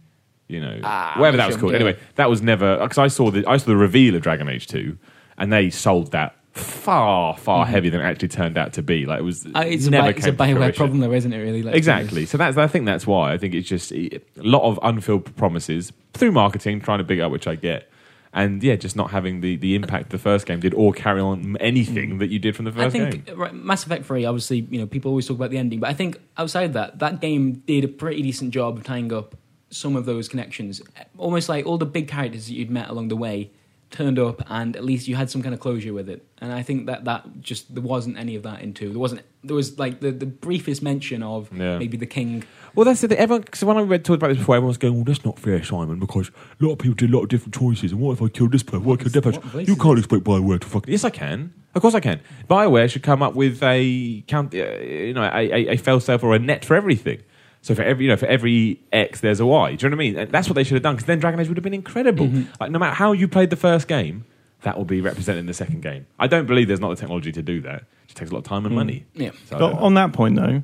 Speaker 4: You know,
Speaker 2: Ah,
Speaker 4: whatever that
Speaker 2: sure,
Speaker 4: was called.
Speaker 2: yeah.
Speaker 4: Anyway, that was never because I saw the I saw the reveal of Dragon Age Two, and they sold that far, far heavier than it actually turned out to be. Like it was
Speaker 2: Mm-hmm. Uh, it's
Speaker 4: never
Speaker 2: a, Bi- it's a
Speaker 4: came to
Speaker 2: Bioware
Speaker 4: fruition.
Speaker 2: problem, though, isn't it? Really, Let's be
Speaker 4: Exactly. So that's I think that's why I think it's just a lot of unfilled promises through marketing, trying to big up, which I get, and yeah, just not having the the impact the first game did, or carry on anything that you did from the first
Speaker 2: Mm. I think
Speaker 4: game.
Speaker 2: right, Mass Effect 3, obviously, you know, people always talk about the ending, but I think outside that, that game did a pretty decent job of tying up some of those connections. Almost like all the big characters that you'd met along the way turned up and at least you had some kind of closure with it. And I think that that just, there wasn't any of that in 2. There wasn't, there was like the, the briefest mention of
Speaker 4: Yeah.
Speaker 2: maybe the king.
Speaker 4: Well, that's the thing. Everyone, because when I read talked about this before, everyone's going, "Well, that's not fair, Simon, because a lot of people did a lot of different choices. And what if I killed this person? What if I killed
Speaker 2: What
Speaker 4: that person?
Speaker 2: place
Speaker 4: You
Speaker 2: is
Speaker 4: can't expect Bioware to fucking." Yes, I can. Of course, I can. Bioware should come up with a count, uh, you know, a, a, a fail-safe or a net for everything. So for every, you know, for every X, there's a Y. Do you know what I mean? And that's what they should have done. Because then Dragon Age would have been incredible. Like no matter how you played the first game, that will be represented in the second game. I don't believe there's not the technology to do that. It just takes a lot of time and money.
Speaker 2: Yeah.
Speaker 4: So
Speaker 1: But
Speaker 4: I don't know.
Speaker 1: on that point, though,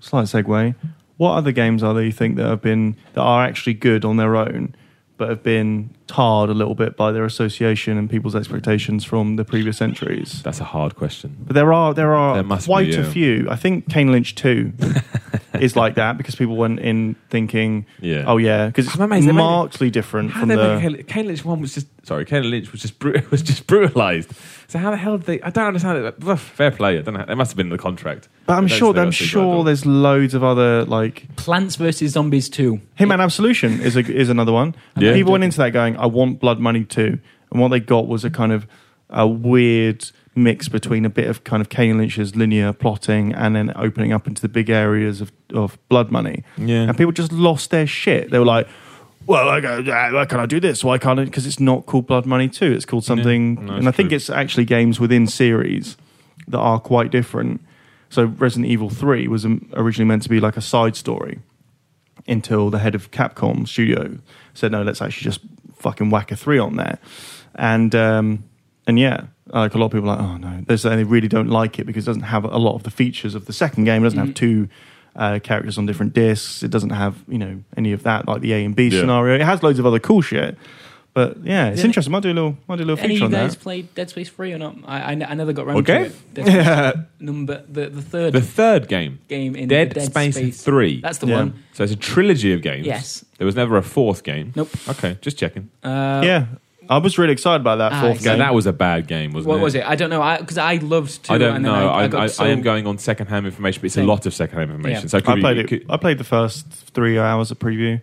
Speaker 1: slight segue. What other games are there you think that have been that are actually good on their own, but have been tarred a little bit by their association and people's expectations from the previous entries?
Speaker 4: that's a hard question.
Speaker 1: But there are there are
Speaker 4: There must be,
Speaker 1: quite
Speaker 4: yeah.
Speaker 1: a few. I think Kane Lynch
Speaker 4: <laughs>
Speaker 1: Two is like that because people went in thinking,
Speaker 4: Yeah.
Speaker 1: oh yeah, because it's
Speaker 4: I'm amazed they made it-
Speaker 1: markedly different
Speaker 4: How
Speaker 1: from
Speaker 4: did they
Speaker 1: the.
Speaker 4: make Kayla- Kayla Lynch one was just sorry, Kayla Lynch was just bru- <laughs> was just brutalized. So how the hell did they? I don't understand it. Ugh, Fair play, I don't know. They must have been in the contract.
Speaker 1: but I'm
Speaker 4: They don't
Speaker 1: sure
Speaker 4: say
Speaker 1: I'm
Speaker 4: that's the
Speaker 1: sure
Speaker 4: title.
Speaker 1: there's loads of other like
Speaker 2: Plants vs. Zombies 2.
Speaker 1: Hitman Absolution is a, is another one.
Speaker 4: Yeah.
Speaker 1: People went into that going, I want Blood Money too, and what they got was a kind of a weird mix between a bit of kind of Kane Lynch's linear plotting and then opening up into the big areas of, of Blood Money.
Speaker 4: Yeah.
Speaker 1: and people just lost their shit. They were like. Well, I go, "Ah, why can't I do this? Why can't I? Because it's not called Blood Money 2. It's called something.
Speaker 4: No,
Speaker 1: and I
Speaker 4: it's
Speaker 1: think
Speaker 4: true.
Speaker 1: it's actually games within series that are quite different. So Resident Evil 3 was um, originally meant to be like a side story until the head of Capcom Studio said, "No, let's actually just fucking whack a three on there," and um, and yeah, like a lot of people are like, "Oh no," they say they really don't like it because it doesn't have a lot of the features of the second game. It doesn't have two uh, characters on different discs. It doesn't have you know any of that like the A and B
Speaker 4: Yeah.
Speaker 1: scenario. It has loads of other cool shit, but yeah, it's
Speaker 2: Yeah.
Speaker 1: interesting. Might do a little, might do a little
Speaker 2: Any of
Speaker 1: feature
Speaker 2: you
Speaker 1: on
Speaker 2: guys
Speaker 1: that.
Speaker 2: played Dead Space 3 or not? I, I, I never got round to
Speaker 4: Okay.
Speaker 2: it. Dead Space
Speaker 4: <laughs>
Speaker 2: Number, the, the third
Speaker 4: the third game,
Speaker 2: game in
Speaker 4: Dead,
Speaker 2: the Dead
Speaker 4: Space, Three.
Speaker 2: That's the
Speaker 1: Yeah.
Speaker 2: one.
Speaker 4: so it's a trilogy of games.
Speaker 2: Yes.
Speaker 4: there was never a fourth game.
Speaker 2: Nope.
Speaker 4: Okay, just checking.
Speaker 2: Uh,
Speaker 1: Yeah, I was really excited about that
Speaker 2: Ah,
Speaker 1: fourth
Speaker 2: exactly.
Speaker 4: So
Speaker 1: game.
Speaker 4: that was a bad game, wasn't
Speaker 2: What
Speaker 4: it?
Speaker 2: was it? I don't know. Because I, loved two.
Speaker 4: I don't
Speaker 2: and
Speaker 4: know.
Speaker 2: Then I,
Speaker 4: I,
Speaker 2: I,
Speaker 4: I,
Speaker 2: got so,
Speaker 4: I am going on second-hand information, but it's a
Speaker 2: Same.
Speaker 4: lot of second-hand information.
Speaker 2: Yeah.
Speaker 4: So it could
Speaker 1: I
Speaker 4: be-
Speaker 1: played
Speaker 4: it
Speaker 1: it.
Speaker 4: could-
Speaker 1: I played the first three hours of preview.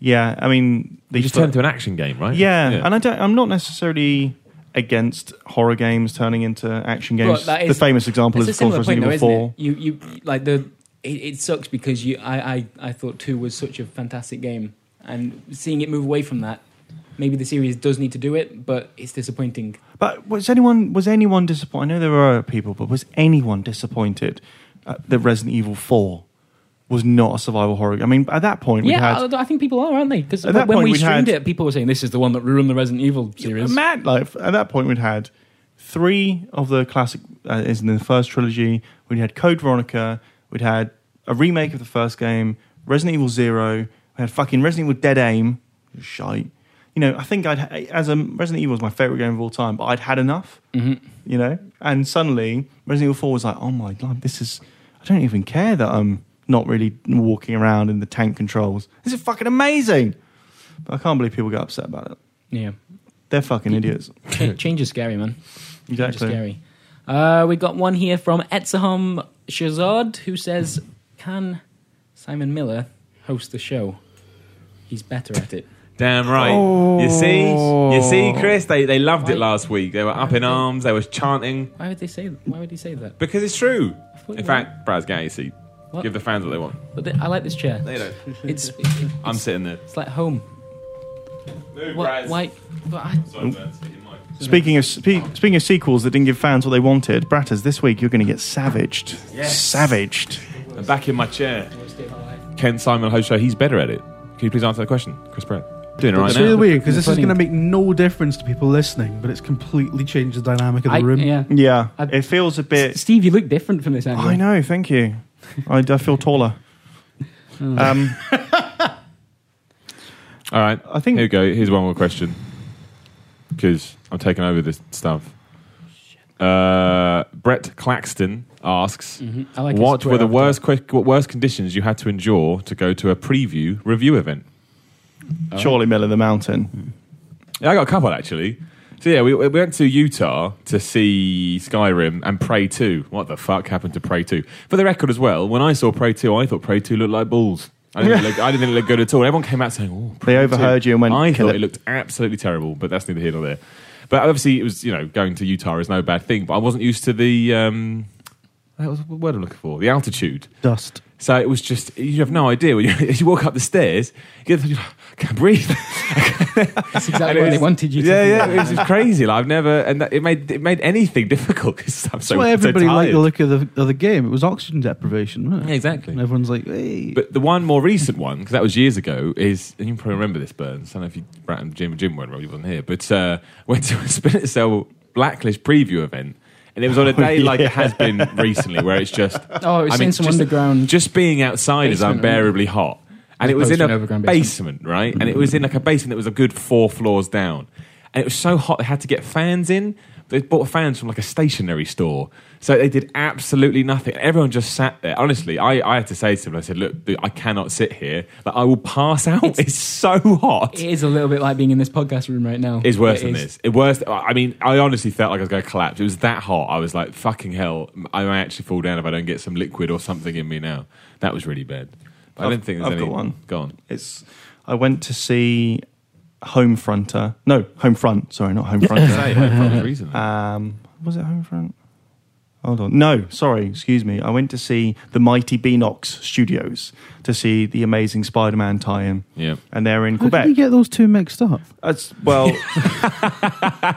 Speaker 1: Yeah, I mean, they
Speaker 4: you just turned into an action game, right?
Speaker 1: Yeah, and I don't, I'm not necessarily against horror games turning into action
Speaker 2: But
Speaker 1: games.
Speaker 2: that
Speaker 1: the
Speaker 2: is-
Speaker 1: famous example
Speaker 2: It's
Speaker 1: is
Speaker 2: a
Speaker 1: of course
Speaker 2: similar point,
Speaker 1: Resident
Speaker 2: though,
Speaker 1: Evil
Speaker 2: isn't
Speaker 1: Four.
Speaker 2: it? You, you like the. It, it sucks because you. I, I, I thought two was such a fantastic game, and seeing it move away from that, maybe the series does need to do it, but it's disappointing.
Speaker 1: But was anyone was anyone disappointed? I know there were people, but was anyone disappointed uh, that Resident Evil Four was not a survival horror? I mean, at that point, we
Speaker 2: yeah,
Speaker 1: had
Speaker 2: although I think people are, aren't they? Because
Speaker 1: At that
Speaker 2: when
Speaker 1: point,
Speaker 2: we
Speaker 1: we'd
Speaker 2: streamed
Speaker 1: had-
Speaker 2: it, people were saying this is the one that ruined the Resident Evil series.
Speaker 1: Mad life. At that point, we'd had three of the classic, uh, is in the first trilogy. We'd had Code Veronica. We'd had a remake of the first game, Resident Evil Zero. We had fucking Resident Evil Dead Aim. Shite. You know, I think I'd as a Resident Evil was my favorite game of all time, but I'd had enough. You know, and suddenly Resident Evil Four was like, oh my god, this is. I don't even care that I'm not really walking around in the tank controls. This is fucking amazing. But I can't believe people get upset about it.
Speaker 2: Yeah,
Speaker 1: They're fucking idiots. <laughs>
Speaker 2: Ch- change is scary, man. Which is
Speaker 1: Exactly.
Speaker 2: scary. Uh, we got one here from Etzahom Shazad who says, "Can Simon Miller host the show? He's better at it."
Speaker 4: Damn right. You see, you
Speaker 3: Oh.
Speaker 4: see, Chris. They they loved it last week. They were up in arms. They were chanting
Speaker 2: Why would they say? Why would he say that?
Speaker 4: because it's true.
Speaker 2: thought
Speaker 4: In
Speaker 2: you
Speaker 4: fact, Brad's getting your seat.
Speaker 2: What?
Speaker 4: Give the fans what they want.
Speaker 2: But th- I like this chair.
Speaker 4: They don't.
Speaker 2: <laughs> It's
Speaker 4: I'm sitting there.
Speaker 2: it's like home.
Speaker 4: Move,
Speaker 2: What,
Speaker 4: Braz.
Speaker 2: why? But I,
Speaker 4: Sorry, Braz, hit your mic.
Speaker 1: Speaking of spe- speaking of sequels that didn't give fans what they wanted, Bratters, this week you're going to get savaged.
Speaker 4: Yes.
Speaker 1: Savaged.
Speaker 4: I'm back in my chair. Ken Simon host show. He's better at it. Can you please answer the question, Chris Brad? Doing it right
Speaker 3: It's
Speaker 4: now.
Speaker 3: really weird because this is
Speaker 2: Funny.
Speaker 3: going to make no difference to people listening, but it's completely changed the dynamic of the
Speaker 2: I,
Speaker 3: room.
Speaker 2: yeah.
Speaker 1: Yeah,
Speaker 2: I-
Speaker 1: it feels a
Speaker 2: S-
Speaker 1: bit.
Speaker 2: Steve, you look different from this angle.
Speaker 1: I know. Thank you. I, I feel taller. Um,
Speaker 4: All right.
Speaker 1: I think-
Speaker 4: Here
Speaker 2: Oh,
Speaker 4: we go. Here's one more question. Because I'm taking over this stuff. Uh, Brett Claxton asks,
Speaker 2: I like his
Speaker 4: "What were
Speaker 2: Twitter
Speaker 4: the worst quick, what worst conditions you had to endure to go to a preview review event?"
Speaker 1: Surely Mill of the Mountain.
Speaker 4: Yeah, I got a couple actually. So yeah, we, we went to Utah to see Skyrim and Prey 2. What the fuck happened to Prey 2? For the record as well, when I saw Prey 2, I thought Prey 2 looked like balls.
Speaker 1: <laughs>
Speaker 4: I didn't, think it looked, I didn't think it looked good at all. Everyone came out saying, "Oh, Prey
Speaker 1: They overheard
Speaker 4: 2."
Speaker 1: you and went,
Speaker 4: I
Speaker 1: "Kill
Speaker 4: thought
Speaker 1: it."
Speaker 4: it looked absolutely terrible, but that's neither here nor there. But obviously, it was you know going to Utah is no bad thing. But I wasn't used to the um, that was the word I'm looking for the altitude.
Speaker 1: Dust.
Speaker 4: So it was just you have no idea when you, <laughs> as you walk up the stairs, you get, you're like, I <sighs> can't breathe.
Speaker 2: That's exactly what
Speaker 4: was-
Speaker 2: they wanted you to
Speaker 4: Yeah,
Speaker 2: do.
Speaker 4: yeah, it was just crazy. Like, I've never, and that, it made it made anything <laughs> difficult because I'm
Speaker 3: That's
Speaker 4: so,
Speaker 3: why everybody
Speaker 4: so
Speaker 3: liked
Speaker 4: tired.
Speaker 3: the look of the, of the game. It was oxygen deprivation, wasn't it?
Speaker 4: Yeah, exactly.
Speaker 3: And everyone's like, hey.
Speaker 4: But the one more recent one, because that was years ago, is and you probably remember this, Burns. I don't know if you Brat and Jim Jim weren't really wasn't here, but uh, <laughs> went to a Splinter Cell Blacklist preview event. And it was on a
Speaker 3: Oh,
Speaker 4: day like it has been recently, where it's just
Speaker 2: <laughs> Oh, it was in some
Speaker 4: just,
Speaker 2: underground
Speaker 4: Just being outside is
Speaker 2: basement, right?
Speaker 4: unbearably hot, and
Speaker 2: As
Speaker 4: it was
Speaker 2: opposed
Speaker 4: in
Speaker 2: to
Speaker 4: a
Speaker 2: an overground
Speaker 4: basement,
Speaker 2: basement.
Speaker 4: right? And it was in like a basement that was a good four floors down, and it was so hot they had to get fans in. They bought fans from like a stationery store, so they did absolutely nothing. Everyone just sat there. Honestly, I, I had to say to them, I said, "Look, dude, I cannot sit here. Like, I will pass out. <laughs> It's, so hot."
Speaker 2: It is a little bit like being in this podcast room right now.
Speaker 4: It's worse
Speaker 2: It
Speaker 4: than
Speaker 2: is.
Speaker 4: this. It worse. I mean, I honestly felt like I was going to collapse. It was that hot. I was like, "Fucking hell! I may actually fall down if I don't get some liquid or something in me now." That was really bad. I don't
Speaker 1: I've-
Speaker 4: think there's
Speaker 1: I've
Speaker 4: any.
Speaker 1: got one.
Speaker 4: Go on.
Speaker 1: It's. I went to see Homefronter. No, Homefront. Sorry, not
Speaker 2: <laughs>
Speaker 1: Homefronter.
Speaker 4: Hey, I felt
Speaker 1: <laughs>
Speaker 4: it recently.
Speaker 1: um, was it Homefront? Hold on. No, sorry. Excuse me. I went to see the mighty Beanox Studios to see the Amazing Spider-Man tie-in.
Speaker 4: Yeah.
Speaker 1: And they're in
Speaker 2: <laughs>
Speaker 3: How
Speaker 1: Quebec.
Speaker 3: did you get those two mixed up?
Speaker 1: That's- well, <laughs>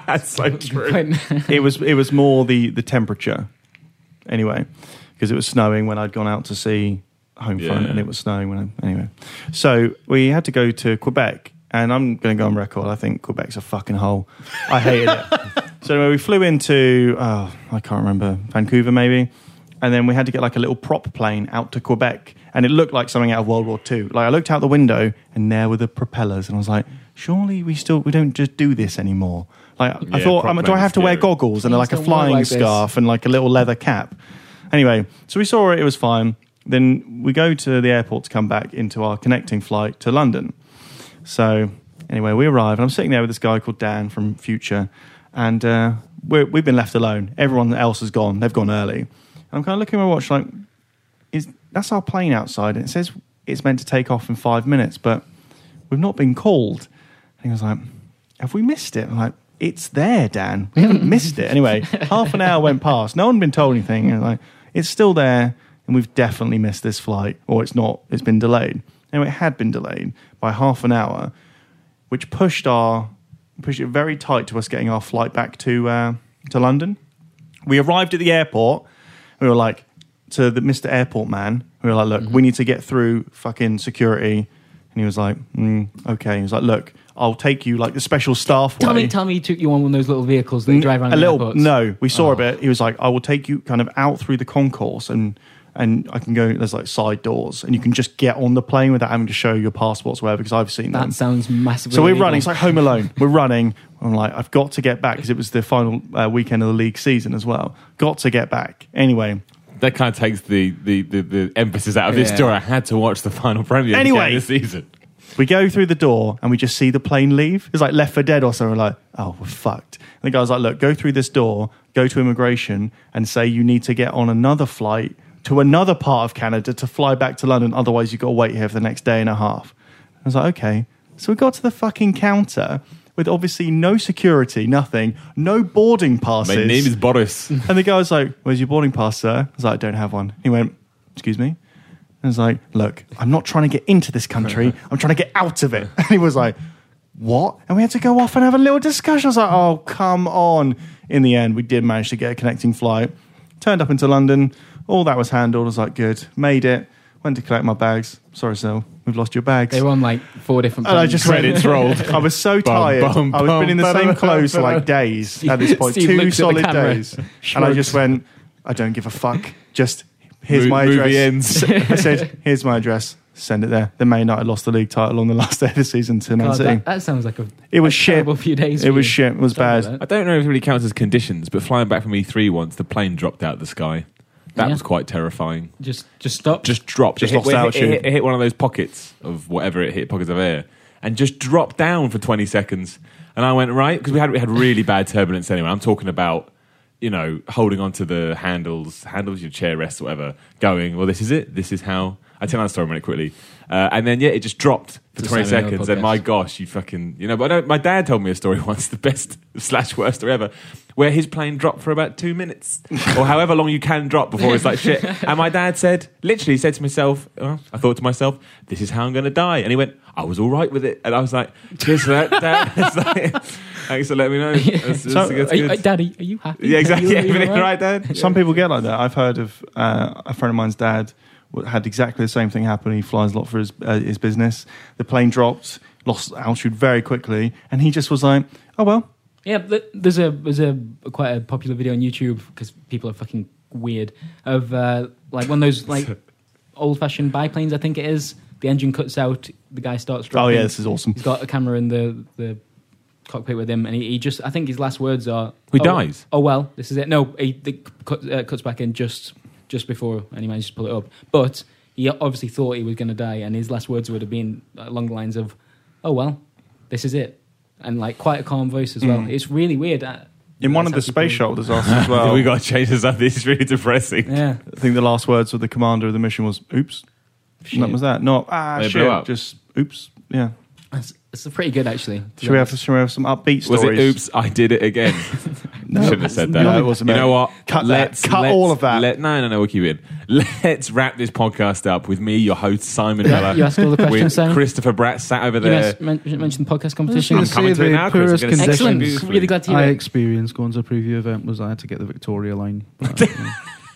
Speaker 4: That's so
Speaker 2: <laughs>
Speaker 4: true.
Speaker 2: When-
Speaker 1: it was it was more the the temperature anyway because it was snowing when I'd gone out to see Homefront
Speaker 4: Yeah.
Speaker 1: and it was snowing when I, anyway so we had to go to Quebec and I'm going to go on record I think Quebec's a fucking hole I hated
Speaker 4: <laughs>
Speaker 1: it so anyway, we flew into oh, I can't remember Vancouver maybe and then we had to get like a little prop plane out to Quebec and it looked like something out of World War II like I looked out the window and there were the propellers and I was like surely we still we don't just do this anymore like I
Speaker 4: Yeah,
Speaker 1: thought um,
Speaker 4: prop
Speaker 1: do I
Speaker 4: plane's
Speaker 1: have to wear
Speaker 4: scary.
Speaker 1: goggles goggles and like a
Speaker 2: Things don't work
Speaker 1: flying
Speaker 2: like this.
Speaker 1: scarf and like a little leather cap. Anyway, so we saw it, it was fine. Then we go to the airport to come back into our connecting flight to London. So anyway, we arrive and I'm sitting there with this guy called Dan from Future, and uh, we're, we've been left alone. Everyone else has gone, they've gone early. And I'm kind of looking at my watch like, is that's our plane outside and it says it's meant to take off in five minutes, but we've not been called. And he was like, Have we missed it? I'm like, It's there, Dan. We haven't missed it. Anyway, half an hour went past. No one had been told anything. And like, it's still there, and we've definitely missed this flight, or it's not, it's been delayed. Anyway, it had been delayed by half an hour, which pushed our pushed it very tight to us getting our flight back to uh, to London. We arrived at the airport. We were like to the Mr. Airport man. We were like, look,
Speaker 2: Mm-hmm.
Speaker 1: we need to get through fucking security. And he was like, mm, okay. He was like, look, I'll take you like the special staff
Speaker 2: tell
Speaker 1: way.
Speaker 2: me, tell me, you took you on one of those little vehicles that you drive around
Speaker 1: a
Speaker 2: the Oh.
Speaker 1: little.
Speaker 2: airports.
Speaker 1: No, we saw a bit. He was like, I will take you kind of out through the concourse and. And I can go. There's like side doors, and you can just get on the plane without having to show your passports, or whatever. Because I've seen them.
Speaker 2: that sounds
Speaker 1: Um,
Speaker 2: massively.
Speaker 1: So we're
Speaker 2: illegal.
Speaker 1: running. It's like Home Alone. We're running. I'm like, I've got to get back because it was the final uh, weekend of the league season as well. Got to get back. Anyway,
Speaker 4: That kind of takes the, the, the, the emphasis out of this
Speaker 2: Yeah.
Speaker 4: story. I had to watch the final premiere of the
Speaker 1: Anyway.
Speaker 4: game this season.
Speaker 1: we go through the door and we just see the plane leave. It's like Left for Dead or something. We're like, oh, we're fucked. And the guy's like, look, go through this door, go to immigration and say you need to get on another flight to another part of Canada to fly back to London. Otherwise, you've got to wait here for the next day and a half. I was like, okay. So we got to the fucking counter with obviously no security, nothing, no boarding
Speaker 4: My
Speaker 1: passes.
Speaker 4: name is
Speaker 1: <laughs>
Speaker 4: Boris. <laughs>
Speaker 1: And the guy was like, Where's your boarding pass, sir? I was like, I don't have one. He went, Excuse me? I was like, Look, I'm not trying to get into this country. I'm trying to get out of it. <laughs> And he was like, What? And we had to go off and have a little discussion. I was like, Oh, come on. In the end, we did manage to get a connecting flight. Turned up into London. All that was handled. I was like, Good. Made it. Went to collect my bags. Sorry, sir. We've lost your bags.
Speaker 2: They were on like four different.
Speaker 1: And I
Speaker 2: planes.
Speaker 1: just went-
Speaker 4: Credits rolled.
Speaker 1: <laughs> I was so
Speaker 4: Bum,
Speaker 1: tired.
Speaker 4: bum,
Speaker 1: I was
Speaker 4: bum,
Speaker 1: been in the
Speaker 4: bum,
Speaker 1: same
Speaker 4: bum,
Speaker 1: clothes for
Speaker 4: bum.
Speaker 1: like days at this point,
Speaker 2: Steve
Speaker 1: two
Speaker 2: looks at the
Speaker 1: solid
Speaker 2: camera,
Speaker 1: days, and I just went, I don't give a fuck. Just here's
Speaker 4: Mo-
Speaker 1: my
Speaker 4: movie
Speaker 1: address. <laughs>
Speaker 4: ends.
Speaker 1: I said, here's my address. Send it there. Then Man United lost the league title on the <laughs> last day of the season to Man
Speaker 2: God,
Speaker 1: City.
Speaker 2: Oh, that, that sounds like a
Speaker 1: It was
Speaker 2: a
Speaker 1: shit.
Speaker 2: terrible few days.
Speaker 1: It
Speaker 2: for
Speaker 1: was
Speaker 2: you.
Speaker 1: shit. It was
Speaker 2: Sorry
Speaker 1: bad.
Speaker 2: about
Speaker 4: I
Speaker 2: that.
Speaker 4: don't know if it really counts as conditions, but flying back from E3 once, the plane dropped out of the sky. That
Speaker 2: Yeah.
Speaker 4: was quite terrifying.
Speaker 2: Just just stop. <laughs>
Speaker 4: Just dropped.
Speaker 1: Just
Speaker 4: it,
Speaker 1: lost
Speaker 4: hit, it,
Speaker 1: altitude.
Speaker 4: hit, it hit one of those pockets of whatever it hit, pockets of air, and just dropped down for 20 seconds. And I went, right, because we had, we had really bad turbulence anyway. I'm talking about, you know, holding onto the handles, handles, your chair rests, whatever, going, well, this is it. This is how. I tell that story a minute quickly. Uh, and then, yeah, it just dropped for
Speaker 2: Just
Speaker 4: 20
Speaker 2: having another
Speaker 4: seconds. And
Speaker 2: podcast.
Speaker 4: my gosh, you fucking, you know, but I know, my dad told me a story <laughs> once, the best slash worst story ever, where his plane dropped for about
Speaker 2: <laughs>
Speaker 4: two minutes or however long you can drop before it's like shit. And my dad said, literally said to myself, oh, I thought to myself, this is how I'm going to die. And he went, I was all right with it. And I was like, cheers
Speaker 2: <laughs>
Speaker 4: for that, dad. It's like, Thanks for letting me know. That's- that's-
Speaker 1: So,
Speaker 4: that's
Speaker 2: Are you-
Speaker 4: good.
Speaker 2: uh, Daddy, are you happy?
Speaker 4: yeah, exactly.
Speaker 2: Are you-
Speaker 4: Yeah,
Speaker 2: are you
Speaker 4: everything
Speaker 2: alright?
Speaker 4: right,
Speaker 2: <laughs>
Speaker 4: dad?
Speaker 1: Some people get like that. I've heard of uh, a friend of mine's dad w- had exactly the same thing happen. He flies a lot for his uh, his business. The plane dropped, lost altitude very quickly, and he just was like, "Oh well."
Speaker 2: Yeah, th- there's a there's a quite a popular video on YouTube because people are fucking weird of uh, like one of
Speaker 1: <laughs>
Speaker 2: those like old fashioned biplanes. I think it is. The engine cuts out. The guy starts
Speaker 1: Oh
Speaker 2: dropping.
Speaker 1: yeah, this is awesome.
Speaker 2: He's got a camera in the the cockpit with him, and he, he just I think his last words are
Speaker 4: He
Speaker 2: oh,
Speaker 4: dies.
Speaker 2: Oh well, this is it. No, he, he cut, uh, cuts back in just just before, and he manages to pull it up. But he obviously thought he was going to die, and his last words would have been along the lines of, "Oh well, this is it," and like quite a calm voice as well. It's really weird. uh,
Speaker 1: Mm. In one of the
Speaker 2: that's how people-
Speaker 1: space shuttle <laughs> disasters as well,
Speaker 4: <laughs> we got to change this up. This is really depressing.
Speaker 2: Yeah,
Speaker 1: I think the last words of the commander of the mission was "Oops."
Speaker 2: Shit.
Speaker 1: And That was that. Not ah
Speaker 4: They blew
Speaker 1: shit.
Speaker 4: up.
Speaker 1: Just oops. Yeah.
Speaker 2: it's, it's pretty good actually. to
Speaker 1: Should
Speaker 2: be
Speaker 1: we
Speaker 2: honest.
Speaker 1: have should we have some upbeat
Speaker 4: Was
Speaker 1: stories?
Speaker 4: it? Oops, I did it again.
Speaker 2: <laughs>
Speaker 4: Shouldn't have said that.
Speaker 1: No, it wasn't,
Speaker 4: You
Speaker 1: mate.
Speaker 4: know what?
Speaker 1: Cut that. Cut all of that.
Speaker 4: Let, no, no, no. We'll keep it. in. <laughs> Let's wrap this podcast up with me, your host Simon Miller.
Speaker 2: you ask all the questions,
Speaker 4: with
Speaker 2: Simon?
Speaker 4: Christopher Bratt sat over
Speaker 2: You
Speaker 4: there.
Speaker 2: guys men- mentioned the podcast competition.
Speaker 3: gonna
Speaker 4: I'm coming
Speaker 3: say
Speaker 4: to it
Speaker 3: the
Speaker 4: now, Chris. I'm
Speaker 3: poorest
Speaker 4: gonna section
Speaker 2: Excellent.
Speaker 4: beautifully.
Speaker 2: Really glad to hear
Speaker 3: I
Speaker 2: it.
Speaker 3: experienced going to a preview event was I had to get the Victoria line. But, uh,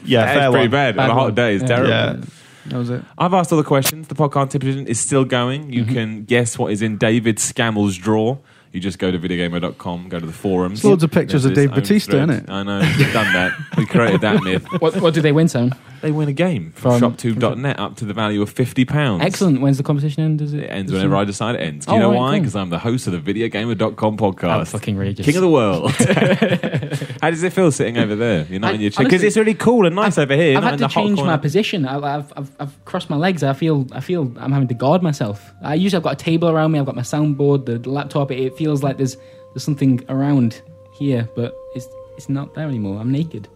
Speaker 1: Yeah,
Speaker 4: That's
Speaker 1: fair
Speaker 4: pretty
Speaker 1: one.
Speaker 4: bad.
Speaker 2: Bad
Speaker 4: on a
Speaker 2: one.
Speaker 4: hot day, it's
Speaker 2: Yeah.
Speaker 4: terrible.
Speaker 1: Yeah.
Speaker 3: that was it.
Speaker 4: I've asked all the questions. The podcast competition is still going.
Speaker 1: Mm-hmm.
Speaker 4: You can guess what is in David Scammell's drawer. You just go to videogamer.com, go to the forums.
Speaker 3: There's loads of pictures of
Speaker 4: There's
Speaker 3: Dave
Speaker 4: his own
Speaker 3: Bautista,
Speaker 4: thread.
Speaker 3: innit?
Speaker 4: I know. We've done that. We created that myth.
Speaker 2: What, what do they win, Sam?
Speaker 4: They win a game from,
Speaker 2: From-
Speaker 4: shoptube.net up to the value of £50.
Speaker 2: Excellent. When's the competition end? Does it?
Speaker 4: It ends
Speaker 2: does
Speaker 4: whenever I decide it ends. Do you
Speaker 2: Oh,
Speaker 4: know
Speaker 2: right,
Speaker 4: why?
Speaker 2: cool.
Speaker 4: Because I'm the host of the VideoGamer.com
Speaker 2: I'm
Speaker 4: podcast.
Speaker 2: fucking religious.
Speaker 4: King of
Speaker 2: <laughs>
Speaker 4: the world. How does it feel sitting over there? You're not
Speaker 2: I-
Speaker 4: in your chair. Because
Speaker 2: honestly,
Speaker 4: it's really cool and nice over here.
Speaker 2: I've
Speaker 4: not
Speaker 2: had
Speaker 4: in
Speaker 2: to
Speaker 4: the hot
Speaker 2: change
Speaker 4: corner.
Speaker 2: my position. I, I've, I've, I've crossed my legs. I feel I feel I'm having to guard myself. I usually I've got a table around me. I've got my soundboard, the laptop. It, it feels like there's there's something around here, but it's it's not there anymore. I'm naked.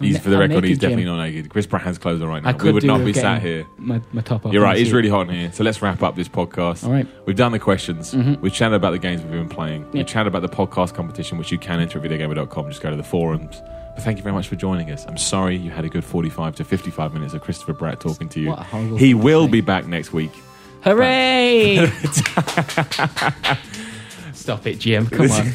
Speaker 2: I'm
Speaker 4: He's,
Speaker 2: na-
Speaker 4: for the
Speaker 2: I'm
Speaker 4: record,
Speaker 2: naked,
Speaker 4: he's definitely
Speaker 2: Jim.
Speaker 4: not naked. Chris Pratt has clothes on right now.
Speaker 2: I
Speaker 4: we
Speaker 2: could
Speaker 4: would
Speaker 2: do
Speaker 4: not
Speaker 2: with
Speaker 4: be
Speaker 2: getting
Speaker 4: sat here.
Speaker 2: My, my top off.
Speaker 4: You're right.
Speaker 2: honestly.
Speaker 4: It's really hot in here. So let's wrap up this podcast.
Speaker 2: All
Speaker 4: <laughs>
Speaker 2: right.
Speaker 4: We've done the questions.
Speaker 2: Mm-hmm.
Speaker 4: We've chatted about the games we've been playing. We've chatted about the podcast competition, which you can enter at videogamer.com. Just go to the forums. But thank you very much for joining us. I'm sorry you had a good 45 to 55 minutes of Christopher Bratt talking to you.
Speaker 2: What a horrible
Speaker 4: he
Speaker 2: thing to
Speaker 4: will
Speaker 2: say.
Speaker 4: be back next week.
Speaker 2: Hooray! <laughs> Stop it, Jim. Come on.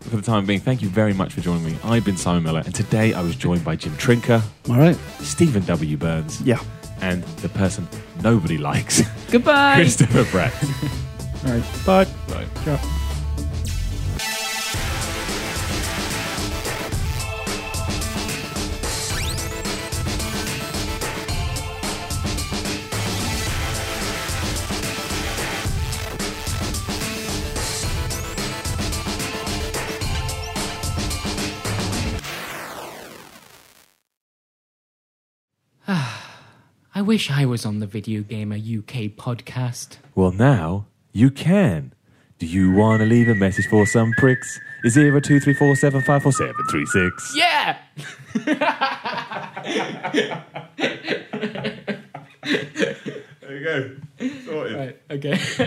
Speaker 4: For the time being, thank you very much for joining me. I've been Simon Miller, and today I was joined by Jim Trinker,
Speaker 3: All right.
Speaker 4: Stephen W. Burns,
Speaker 1: Yeah.
Speaker 4: and the person nobody likes, <laughs>
Speaker 2: Goodbye.
Speaker 4: Christopher Bratt.
Speaker 2: All right.
Speaker 1: Bye.
Speaker 4: Right.
Speaker 2: I wish I was on the Video Gamer UK podcast.
Speaker 4: Well, now you can. Do you want to leave a message for some pricks? It's zero two three four seven five four seven three six.
Speaker 2: <laughs> Yeah.
Speaker 4: There you go. Sorted.
Speaker 2: Right. Okay.